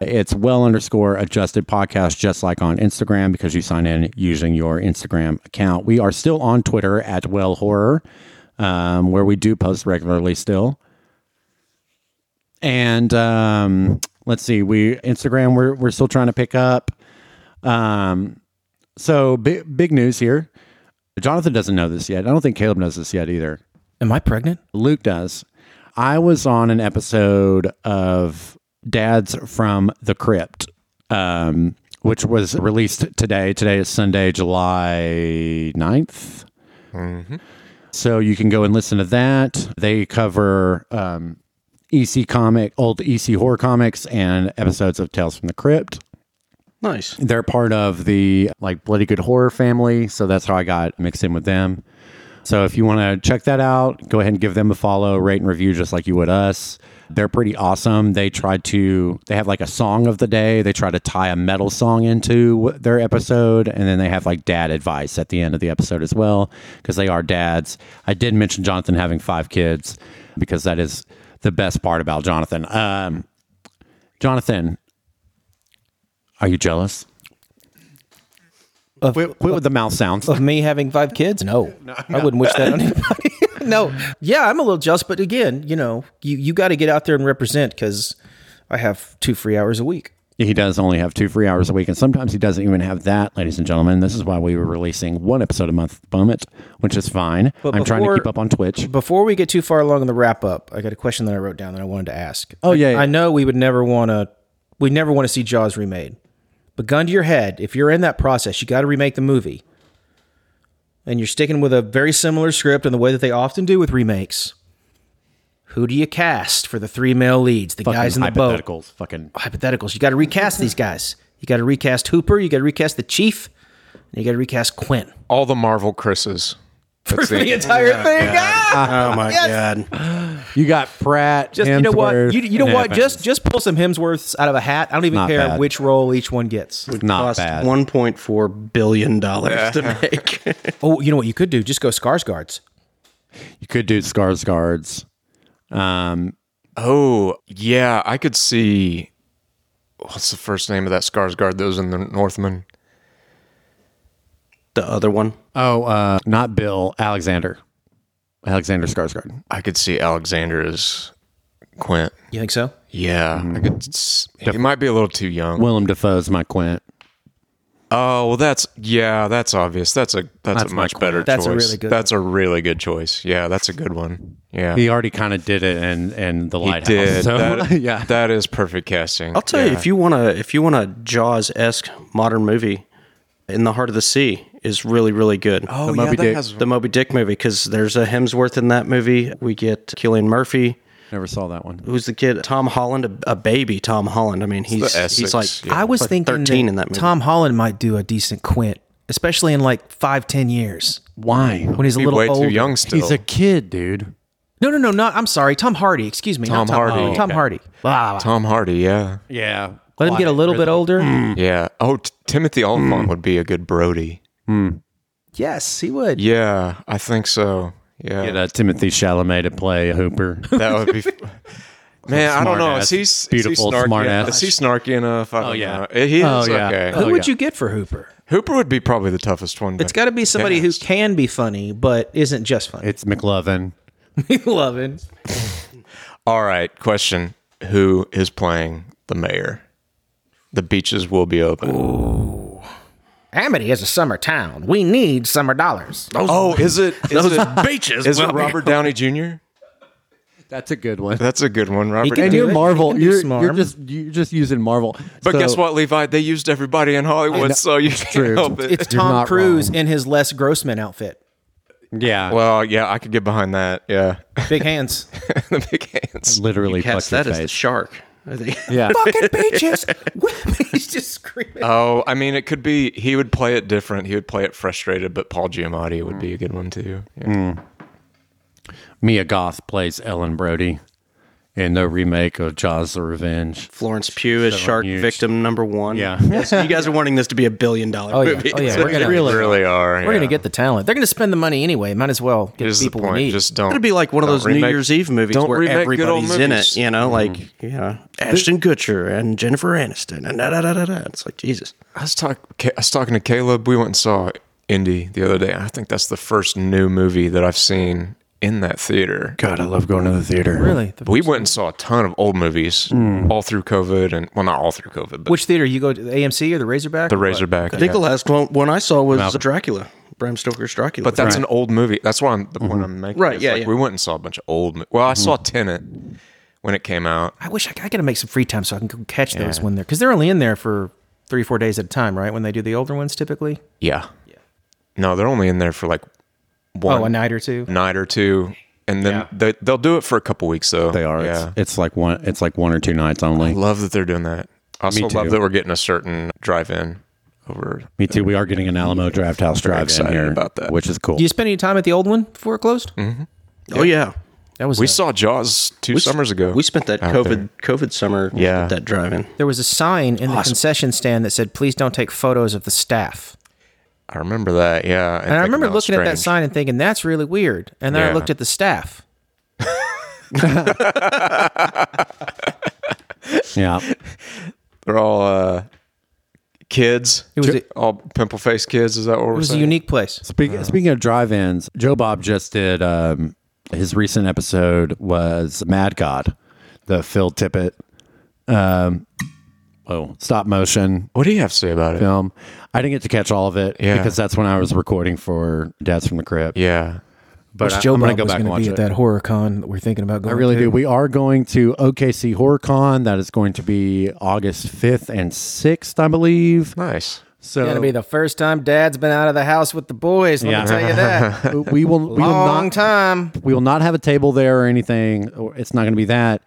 Speaker 1: It's well underscore adjusted podcast, just like on Instagram, because you sign in using your Instagram account. We are still on Twitter at well horror, um, where we do post regularly still. And um, let's see, we Instagram we're we're still trying to pick up. Um, so big big news here. Jonathan doesn't know this yet. I don't think Caleb knows this yet either.
Speaker 2: Am I pregnant?
Speaker 1: Luke does. I was on an episode of Dads from the Crypt, um, which was released today. Today is Sunday, July 9th. So you can go and listen to that. They cover um, EC comic, old EC horror comics, and episodes of Tales from the Crypt
Speaker 4: nice
Speaker 1: they're part of the like bloody good horror family so that's how i got mixed in with them so if you want to check that out go ahead and give them a follow rate and review just like you would us they're pretty awesome they try to they have like a song of the day they try to tie a metal song into wh- their episode and then they have like dad advice at the end of the episode as well because they are dads i did mention jonathan having five kids because that is the best part about jonathan um, jonathan are you jealous
Speaker 2: Of,
Speaker 1: Quit, quit with the mouth sounds.
Speaker 2: of me having five kids? No. I wouldn't wish that on anybody. no. Yeah, I'm a little jealous, but again, you know, you, you got to get out there and represent because I have two free hours a week.
Speaker 1: He does only have two free hours a week, and sometimes he doesn't even have that, ladies and gentlemen. This is why we were releasing one episode a month at the moment, which is fine.
Speaker 2: But
Speaker 1: I'm trying to
Speaker 2: before-
Speaker 1: keep up on Twitch.
Speaker 2: Before we get too far along in the wrap up, I got a question that I wrote down that I wanted to ask.
Speaker 1: Oh,
Speaker 2: I-
Speaker 1: yeah, yeah.
Speaker 2: I know we would never want to, we never want to see Jaws remade. But gun to your head, if you're in that process, you got to remake the movie, and you're sticking with a very similar script and the way that they often do with remakes. Who do you cast for the three male leads? The guys in the boat.
Speaker 1: hypotheticals. Fucking
Speaker 2: Hypotheticals. You got to recast these guys. You got to recast Hooper. You got to recast the Chief. And you got to recast Quinn.
Speaker 3: All the Marvel Chris's. That's
Speaker 2: For the
Speaker 3: it.
Speaker 2: entire thing. Ah!
Speaker 4: oh my god
Speaker 1: you got Pratt.
Speaker 2: Just you know what
Speaker 1: Hemsworth,
Speaker 2: you, you know what
Speaker 1: Evans.
Speaker 2: just just pull some Hemsworths out of a hat. I don't even
Speaker 1: Not
Speaker 2: care
Speaker 1: bad.
Speaker 2: which role each one gets.
Speaker 1: not
Speaker 4: cost
Speaker 1: bad.
Speaker 4: 1.4 billion dollars to make
Speaker 2: Oh, you know what you could do? Just go Skarsgård's.
Speaker 1: You could do Scars guards. Um,
Speaker 3: Oh, yeah. I could see. What's the first name of that Skarsgård that was in the Northman?
Speaker 4: the other one
Speaker 1: oh, uh, not Bill Alexander. Alexander Skarsgård.
Speaker 3: I could see Alexander as Quint.
Speaker 2: You think so?
Speaker 3: Mm-hmm. Yeah, I could. s- He might be a little too young.
Speaker 1: Willem Dafoe's my Quint.
Speaker 3: Oh well, that's yeah, that's obvious. That's a that's,
Speaker 1: That's
Speaker 3: a
Speaker 1: my
Speaker 3: much better
Speaker 1: corner.
Speaker 2: That's a
Speaker 3: choice.
Speaker 2: really good
Speaker 3: that's a really good choice. Yeah, that's a good one. Yeah,
Speaker 1: He already kind of did it in, in the
Speaker 3: He
Speaker 1: lighthouse.
Speaker 3: did.
Speaker 1: So,
Speaker 3: That-
Speaker 1: yeah.
Speaker 3: that is perfect casting.
Speaker 4: I'll tell you if you want to if you want a Jaws esque modern movie, In the Heart of the Sea is really really good.
Speaker 3: oh
Speaker 1: the Moby
Speaker 3: yeah, that
Speaker 1: Dick.
Speaker 3: has
Speaker 4: The Moby Dick movie because there's a Hemsworth in that movie. We get Killian Murphy,
Speaker 1: Never saw that one.
Speaker 4: who's the kid Tom Holland, a, a baby Tom Holland. I mean, he's
Speaker 3: the Essex,
Speaker 4: he's like
Speaker 3: yeah.
Speaker 2: I was
Speaker 4: like
Speaker 2: thinking
Speaker 4: 13
Speaker 2: that
Speaker 4: in that movie.
Speaker 2: Tom Holland might do a decent Quint, especially in like five, ten years
Speaker 1: Why?
Speaker 2: when he's a
Speaker 3: Be
Speaker 2: little
Speaker 3: way
Speaker 2: older.
Speaker 3: too young still.
Speaker 1: He's a kid, dude.
Speaker 2: No, no, no, not. I'm sorry, Tom Hardy. Excuse me,
Speaker 3: Tom
Speaker 2: not
Speaker 3: Hardy.
Speaker 2: Tom, Tom
Speaker 3: Okay.
Speaker 2: Hardy. Wow.
Speaker 3: Tom Hardy. Yeah,
Speaker 1: Yeah.
Speaker 2: Ah. Let him get a little bit older.
Speaker 3: yeah. Oh, T- Timothy Oliphant would be a good Brody.
Speaker 2: Yes, he would.
Speaker 3: Yeah, I think so.
Speaker 1: Get
Speaker 3: Yeah,
Speaker 1: uh, Timothy Chalamet to play Hooper.
Speaker 3: that would be. Man, I don't know.
Speaker 1: Smart
Speaker 3: Is he,
Speaker 1: ass.
Speaker 3: is he
Speaker 1: Beautiful,
Speaker 3: snarky,
Speaker 1: smart ass.
Speaker 3: Is he snarky enough? I don't
Speaker 1: yeah.
Speaker 3: know. He is
Speaker 1: Oh, yeah.
Speaker 3: okay.
Speaker 2: Who
Speaker 1: Oh,
Speaker 2: would
Speaker 1: yeah.
Speaker 2: you get for Hooper?
Speaker 3: Hooper would be probably the toughest one.
Speaker 2: Uh, It's got to be somebody who can be funny, but isn't just funny.
Speaker 1: it's McLovin.
Speaker 2: Loving.
Speaker 3: All right, question: Who is playing the mayor? The beaches will be open.
Speaker 2: Amity is a summer town. We need summer dollars.
Speaker 3: Oh, is it? Is
Speaker 4: Those
Speaker 3: it,
Speaker 4: beaches
Speaker 3: is it
Speaker 4: will be
Speaker 3: Robert Downey Jr.?
Speaker 1: That's a good one.
Speaker 3: That's a good one, Robert.
Speaker 2: can
Speaker 1: And
Speaker 2: do
Speaker 3: Downey-
Speaker 1: you're
Speaker 2: it. You
Speaker 1: Marvel.
Speaker 2: can do
Speaker 1: You're,
Speaker 2: Smarm.
Speaker 1: you're just you're just using Marvel.
Speaker 3: but
Speaker 1: So-
Speaker 3: guess what, Levi? They used everybody in Hollywood, so you can't
Speaker 1: true.
Speaker 3: help it.
Speaker 2: It's
Speaker 1: You're
Speaker 2: Tom
Speaker 1: not
Speaker 2: Cruise
Speaker 1: wrong.
Speaker 2: in his Les Grossman outfit.
Speaker 1: Yeah.
Speaker 3: well, yeah, I could get behind that. Yeah,
Speaker 2: Big hands.
Speaker 3: the big hands.
Speaker 1: literally
Speaker 4: Catch
Speaker 1: fuck
Speaker 4: that
Speaker 1: your
Speaker 4: as the
Speaker 1: face.
Speaker 4: shark. I think.
Speaker 1: yeah.
Speaker 2: Fucking beaches. He's just screaming.
Speaker 3: Oh, I mean, it could be. He would play it different. He would play it frustrated, but Paul Giamatti would be a good one too. Yeah.
Speaker 2: Mm.
Speaker 1: Mia Goth plays Ellen Brody in the remake of Jaws: The Revenge.
Speaker 4: Florence Pugh is shark
Speaker 1: huge.
Speaker 4: victim number one.
Speaker 1: Yeah.
Speaker 4: Yes, you guys are wanting this to be a billion dollar
Speaker 2: Oh, yeah.
Speaker 4: movie.
Speaker 2: Oh, yeah. We're gonna,
Speaker 3: really, are.
Speaker 2: we're gonna get the talent. They're gonna spend the money anyway. Might as well get
Speaker 3: Here's the
Speaker 2: people we
Speaker 3: point.
Speaker 2: need.
Speaker 3: Just don't.
Speaker 4: It'd be like one of
Speaker 3: don't
Speaker 4: those New
Speaker 3: remake-
Speaker 4: Year's Eve movies
Speaker 3: don't
Speaker 4: where
Speaker 3: remake good old
Speaker 4: everybody's in it,
Speaker 3: movies. Mm-hmm.
Speaker 4: you know, like you know, Ashton Kutcher and Jennifer Aniston and da da da da da. It's like Jesus.
Speaker 3: I was, talk, I was talking to Caleb. We went and saw Indy the other day. and I think that's the first new movie that I've seen in that theater.
Speaker 1: God, I love going to the theater.
Speaker 2: really. The-
Speaker 3: We went and saw a ton of old movies all through COVID, and well, not all through COVID, but
Speaker 2: Which theater you go to? The AMC or the Razorback?
Speaker 3: the Razorback.
Speaker 4: I think the last one, one I saw was
Speaker 1: Malcolm.
Speaker 4: Dracula, Bram Stoker's Dracula.
Speaker 3: But that's an old movie. That's why I'm, the point I'm making.
Speaker 4: Right,
Speaker 3: is,
Speaker 4: yeah,
Speaker 3: like,
Speaker 4: yeah.
Speaker 3: We went and saw a bunch of old. mo- Well, I saw Tenant when it came out.
Speaker 2: I wish I, I gotta make some free time so I can go catch those when they're because they're only in there for three or four days at a time, right? When they do the older ones typically.
Speaker 3: Yeah. Yeah. No, they're only in there for like one
Speaker 2: Oh, a night or two.
Speaker 3: night or two, and then they, they'll do it for a couple weeks though.
Speaker 1: They are.
Speaker 3: Yeah.
Speaker 1: It's, it's like one. It's like one or two nights only.
Speaker 3: Love that they're doing that. I also
Speaker 1: too.
Speaker 3: love that we're getting a certain drive-in over.
Speaker 1: Me too. We are getting an Alamo Draft House drive in
Speaker 3: excited
Speaker 1: here,
Speaker 3: about that.
Speaker 1: which is cool.
Speaker 2: Do you spend any time at the old one before it closed?
Speaker 4: oh yeah,
Speaker 2: That was
Speaker 3: We
Speaker 2: a-
Speaker 3: saw Jaws two summers ago.
Speaker 4: we spent that
Speaker 3: out
Speaker 4: COVID COVID summer.
Speaker 3: Yeah.
Speaker 4: at that drive-in.
Speaker 2: there was a sign in the concession stand that said, "Please don't take photos of the staff."
Speaker 3: I remember that. Yeah,
Speaker 2: And I remember looking at that
Speaker 3: sign.
Speaker 2: sign and thinking, "That's really weird." And then I
Speaker 3: Yeah.
Speaker 2: looked at the staff.
Speaker 1: yeah.
Speaker 3: They're all uh, kids.
Speaker 2: It was a-
Speaker 3: all pimple faced kids. Is that what we're
Speaker 2: It was a
Speaker 3: saying?
Speaker 2: unique place.
Speaker 1: Speak, speaking of drive-ins, Joe Bob just did um, his recent episode was Mad God, the Phil Tippett, um, oh stop motion
Speaker 3: what do you have to say about it?
Speaker 1: film. I didn't get to catch all of it
Speaker 3: Yeah.
Speaker 1: because that's when I was recording for Dads from the Crypt.
Speaker 3: Yeah.
Speaker 1: but
Speaker 2: Which
Speaker 1: I,
Speaker 2: Joe
Speaker 1: am gonna
Speaker 2: Bob
Speaker 1: go
Speaker 2: was
Speaker 1: back and
Speaker 2: gonna
Speaker 1: watch
Speaker 2: be
Speaker 1: it.
Speaker 2: at that horror con that we're thinking about going.
Speaker 1: I really
Speaker 2: to.
Speaker 1: do. We are going to OKC HorrorCon. That is going to be August 5th and 6th, I believe.
Speaker 3: Nice.
Speaker 1: So
Speaker 2: Gonna be the first time Dad's been out of the house with the boys. Let
Speaker 1: Yeah.
Speaker 2: me tell you that.
Speaker 1: we will we will
Speaker 2: Long
Speaker 1: not
Speaker 2: time.
Speaker 1: we will not have a table there or anything. or It's not going to be that.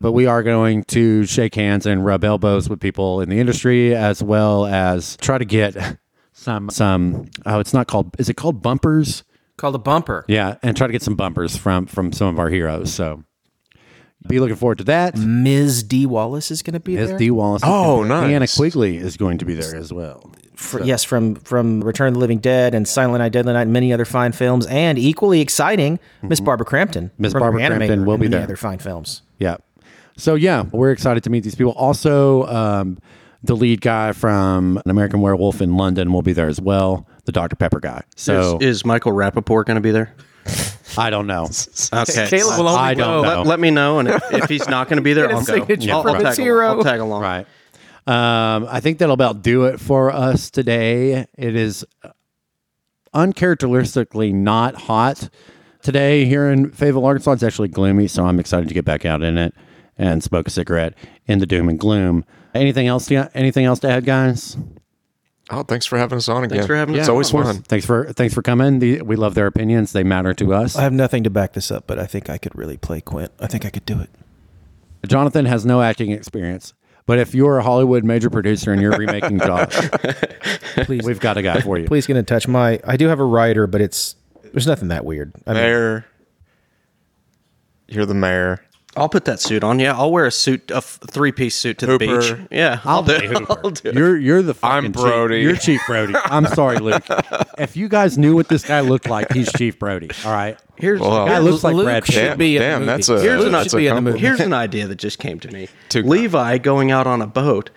Speaker 1: But we are going to shake hands and rub elbows with people in the industry, as well as try to get some some. Oh, it's not called. Is it called bumpers?
Speaker 2: Called a bumper.
Speaker 1: Yeah, and try to get some bumpers from from some of our heroes. So, be looking forward to that.
Speaker 2: Ms. D. Wallace is going to be
Speaker 1: Miss
Speaker 2: there.
Speaker 1: D. Wallace. is
Speaker 3: Mm-hmm. Oh,
Speaker 1: gonna be- Anna
Speaker 3: nice.
Speaker 1: Quigley is going to be there as well.
Speaker 2: For- yes, from from Return of the Living Dead and Silent Night, Deadly Night, and many other fine films, and equally exciting, Mm-hmm. Miss Barbara Crampton.
Speaker 1: Miss
Speaker 2: from
Speaker 1: Barbara
Speaker 2: Reanimator
Speaker 1: Crampton will
Speaker 2: and
Speaker 1: be
Speaker 2: many
Speaker 1: there.
Speaker 2: Other fine films.
Speaker 1: Yeah. So yeah, we're excited to meet these people. Also, um, the lead guy from An American Werewolf in London will be there as well. The Dr Pepper guy.
Speaker 3: Oh.
Speaker 1: So
Speaker 4: Is, is Michael Rappaport going to be there?
Speaker 1: I don't know.
Speaker 4: Okay,
Speaker 2: Caleb will only
Speaker 1: I don't
Speaker 3: Oh,
Speaker 2: go.
Speaker 1: know.
Speaker 4: Let, let me know, and if, if he's not going to be there,
Speaker 2: Get a
Speaker 4: I'll go.
Speaker 2: signature
Speaker 4: I'll,
Speaker 2: from
Speaker 4: I'll
Speaker 2: the
Speaker 4: tag
Speaker 2: hero.
Speaker 4: along. I'll tag along.
Speaker 1: Right. Um, I think that'll about do it for us today. It is uncharacteristically not hot today here in Fayetteville, Arkansas. It's actually gloomy, so I'm excited to get back out in it and smoke a cigarette in the doom and gloom. Anything else? To, anything else to add, guys?
Speaker 3: Oh, thanks for having us on again.
Speaker 4: for having us
Speaker 3: It's
Speaker 4: on,
Speaker 3: always
Speaker 4: of course.
Speaker 3: fun.
Speaker 1: Thanks for thanks for coming. The, we love their opinions; they matter to us.
Speaker 2: I have nothing to back this up, but I think I could really play Quint. I think I could do it.
Speaker 1: Jonathan has no acting experience, but if you're a Hollywood major producer and you're remaking Josh,
Speaker 2: Please,
Speaker 1: we've got a guy for you.
Speaker 2: please get in touch. My, I do have a writer, but it's there's nothing that weird. I mean,
Speaker 3: Mayor. You're the mayor.
Speaker 4: I'll put that suit on. Yeah, I'll wear a suit, a three piece suit to the
Speaker 3: Hooper.
Speaker 4: beach. Yeah, I'll, do
Speaker 1: play
Speaker 4: it.
Speaker 1: Hooper.
Speaker 4: I'll do it.
Speaker 1: You're you're the fucking
Speaker 3: I'm Brody.
Speaker 1: Chief. You're Chief Brody. I'm sorry, Luke. If you guys knew what this guy looked like, he's Chief Brody. All right.
Speaker 4: Here's
Speaker 3: Well,
Speaker 1: Guy looks like
Speaker 2: Luke
Speaker 1: Brad
Speaker 2: should
Speaker 1: Pitt.
Speaker 3: Damn,
Speaker 2: be in the
Speaker 3: damn,
Speaker 2: movie.
Speaker 3: that's a-
Speaker 2: Here's
Speaker 4: Here's an-
Speaker 2: should be in the movie.
Speaker 4: Here's an idea that just came to me.
Speaker 3: Too-
Speaker 4: Levi going out on a boat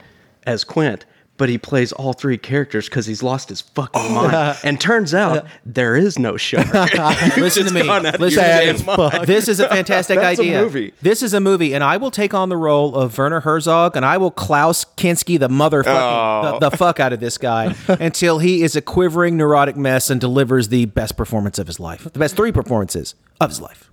Speaker 4: as Quint, but he plays all three characters because he's lost his fucking mind. And turns out there is no shark.
Speaker 2: Listen to me.
Speaker 4: gone out of
Speaker 2: Listen to
Speaker 4: your
Speaker 2: me.
Speaker 4: damn mind.
Speaker 2: This is a fantastic
Speaker 3: That's a
Speaker 2: idea.
Speaker 3: movie.
Speaker 2: This is a movie, and I will take on the role of Werner Herzog, and I will Klaus Kinski the motherfucking
Speaker 4: Oh.
Speaker 2: the, the fuck out of this guy until he is a quivering neurotic mess and delivers the best performance of his life, the best three performances of his life.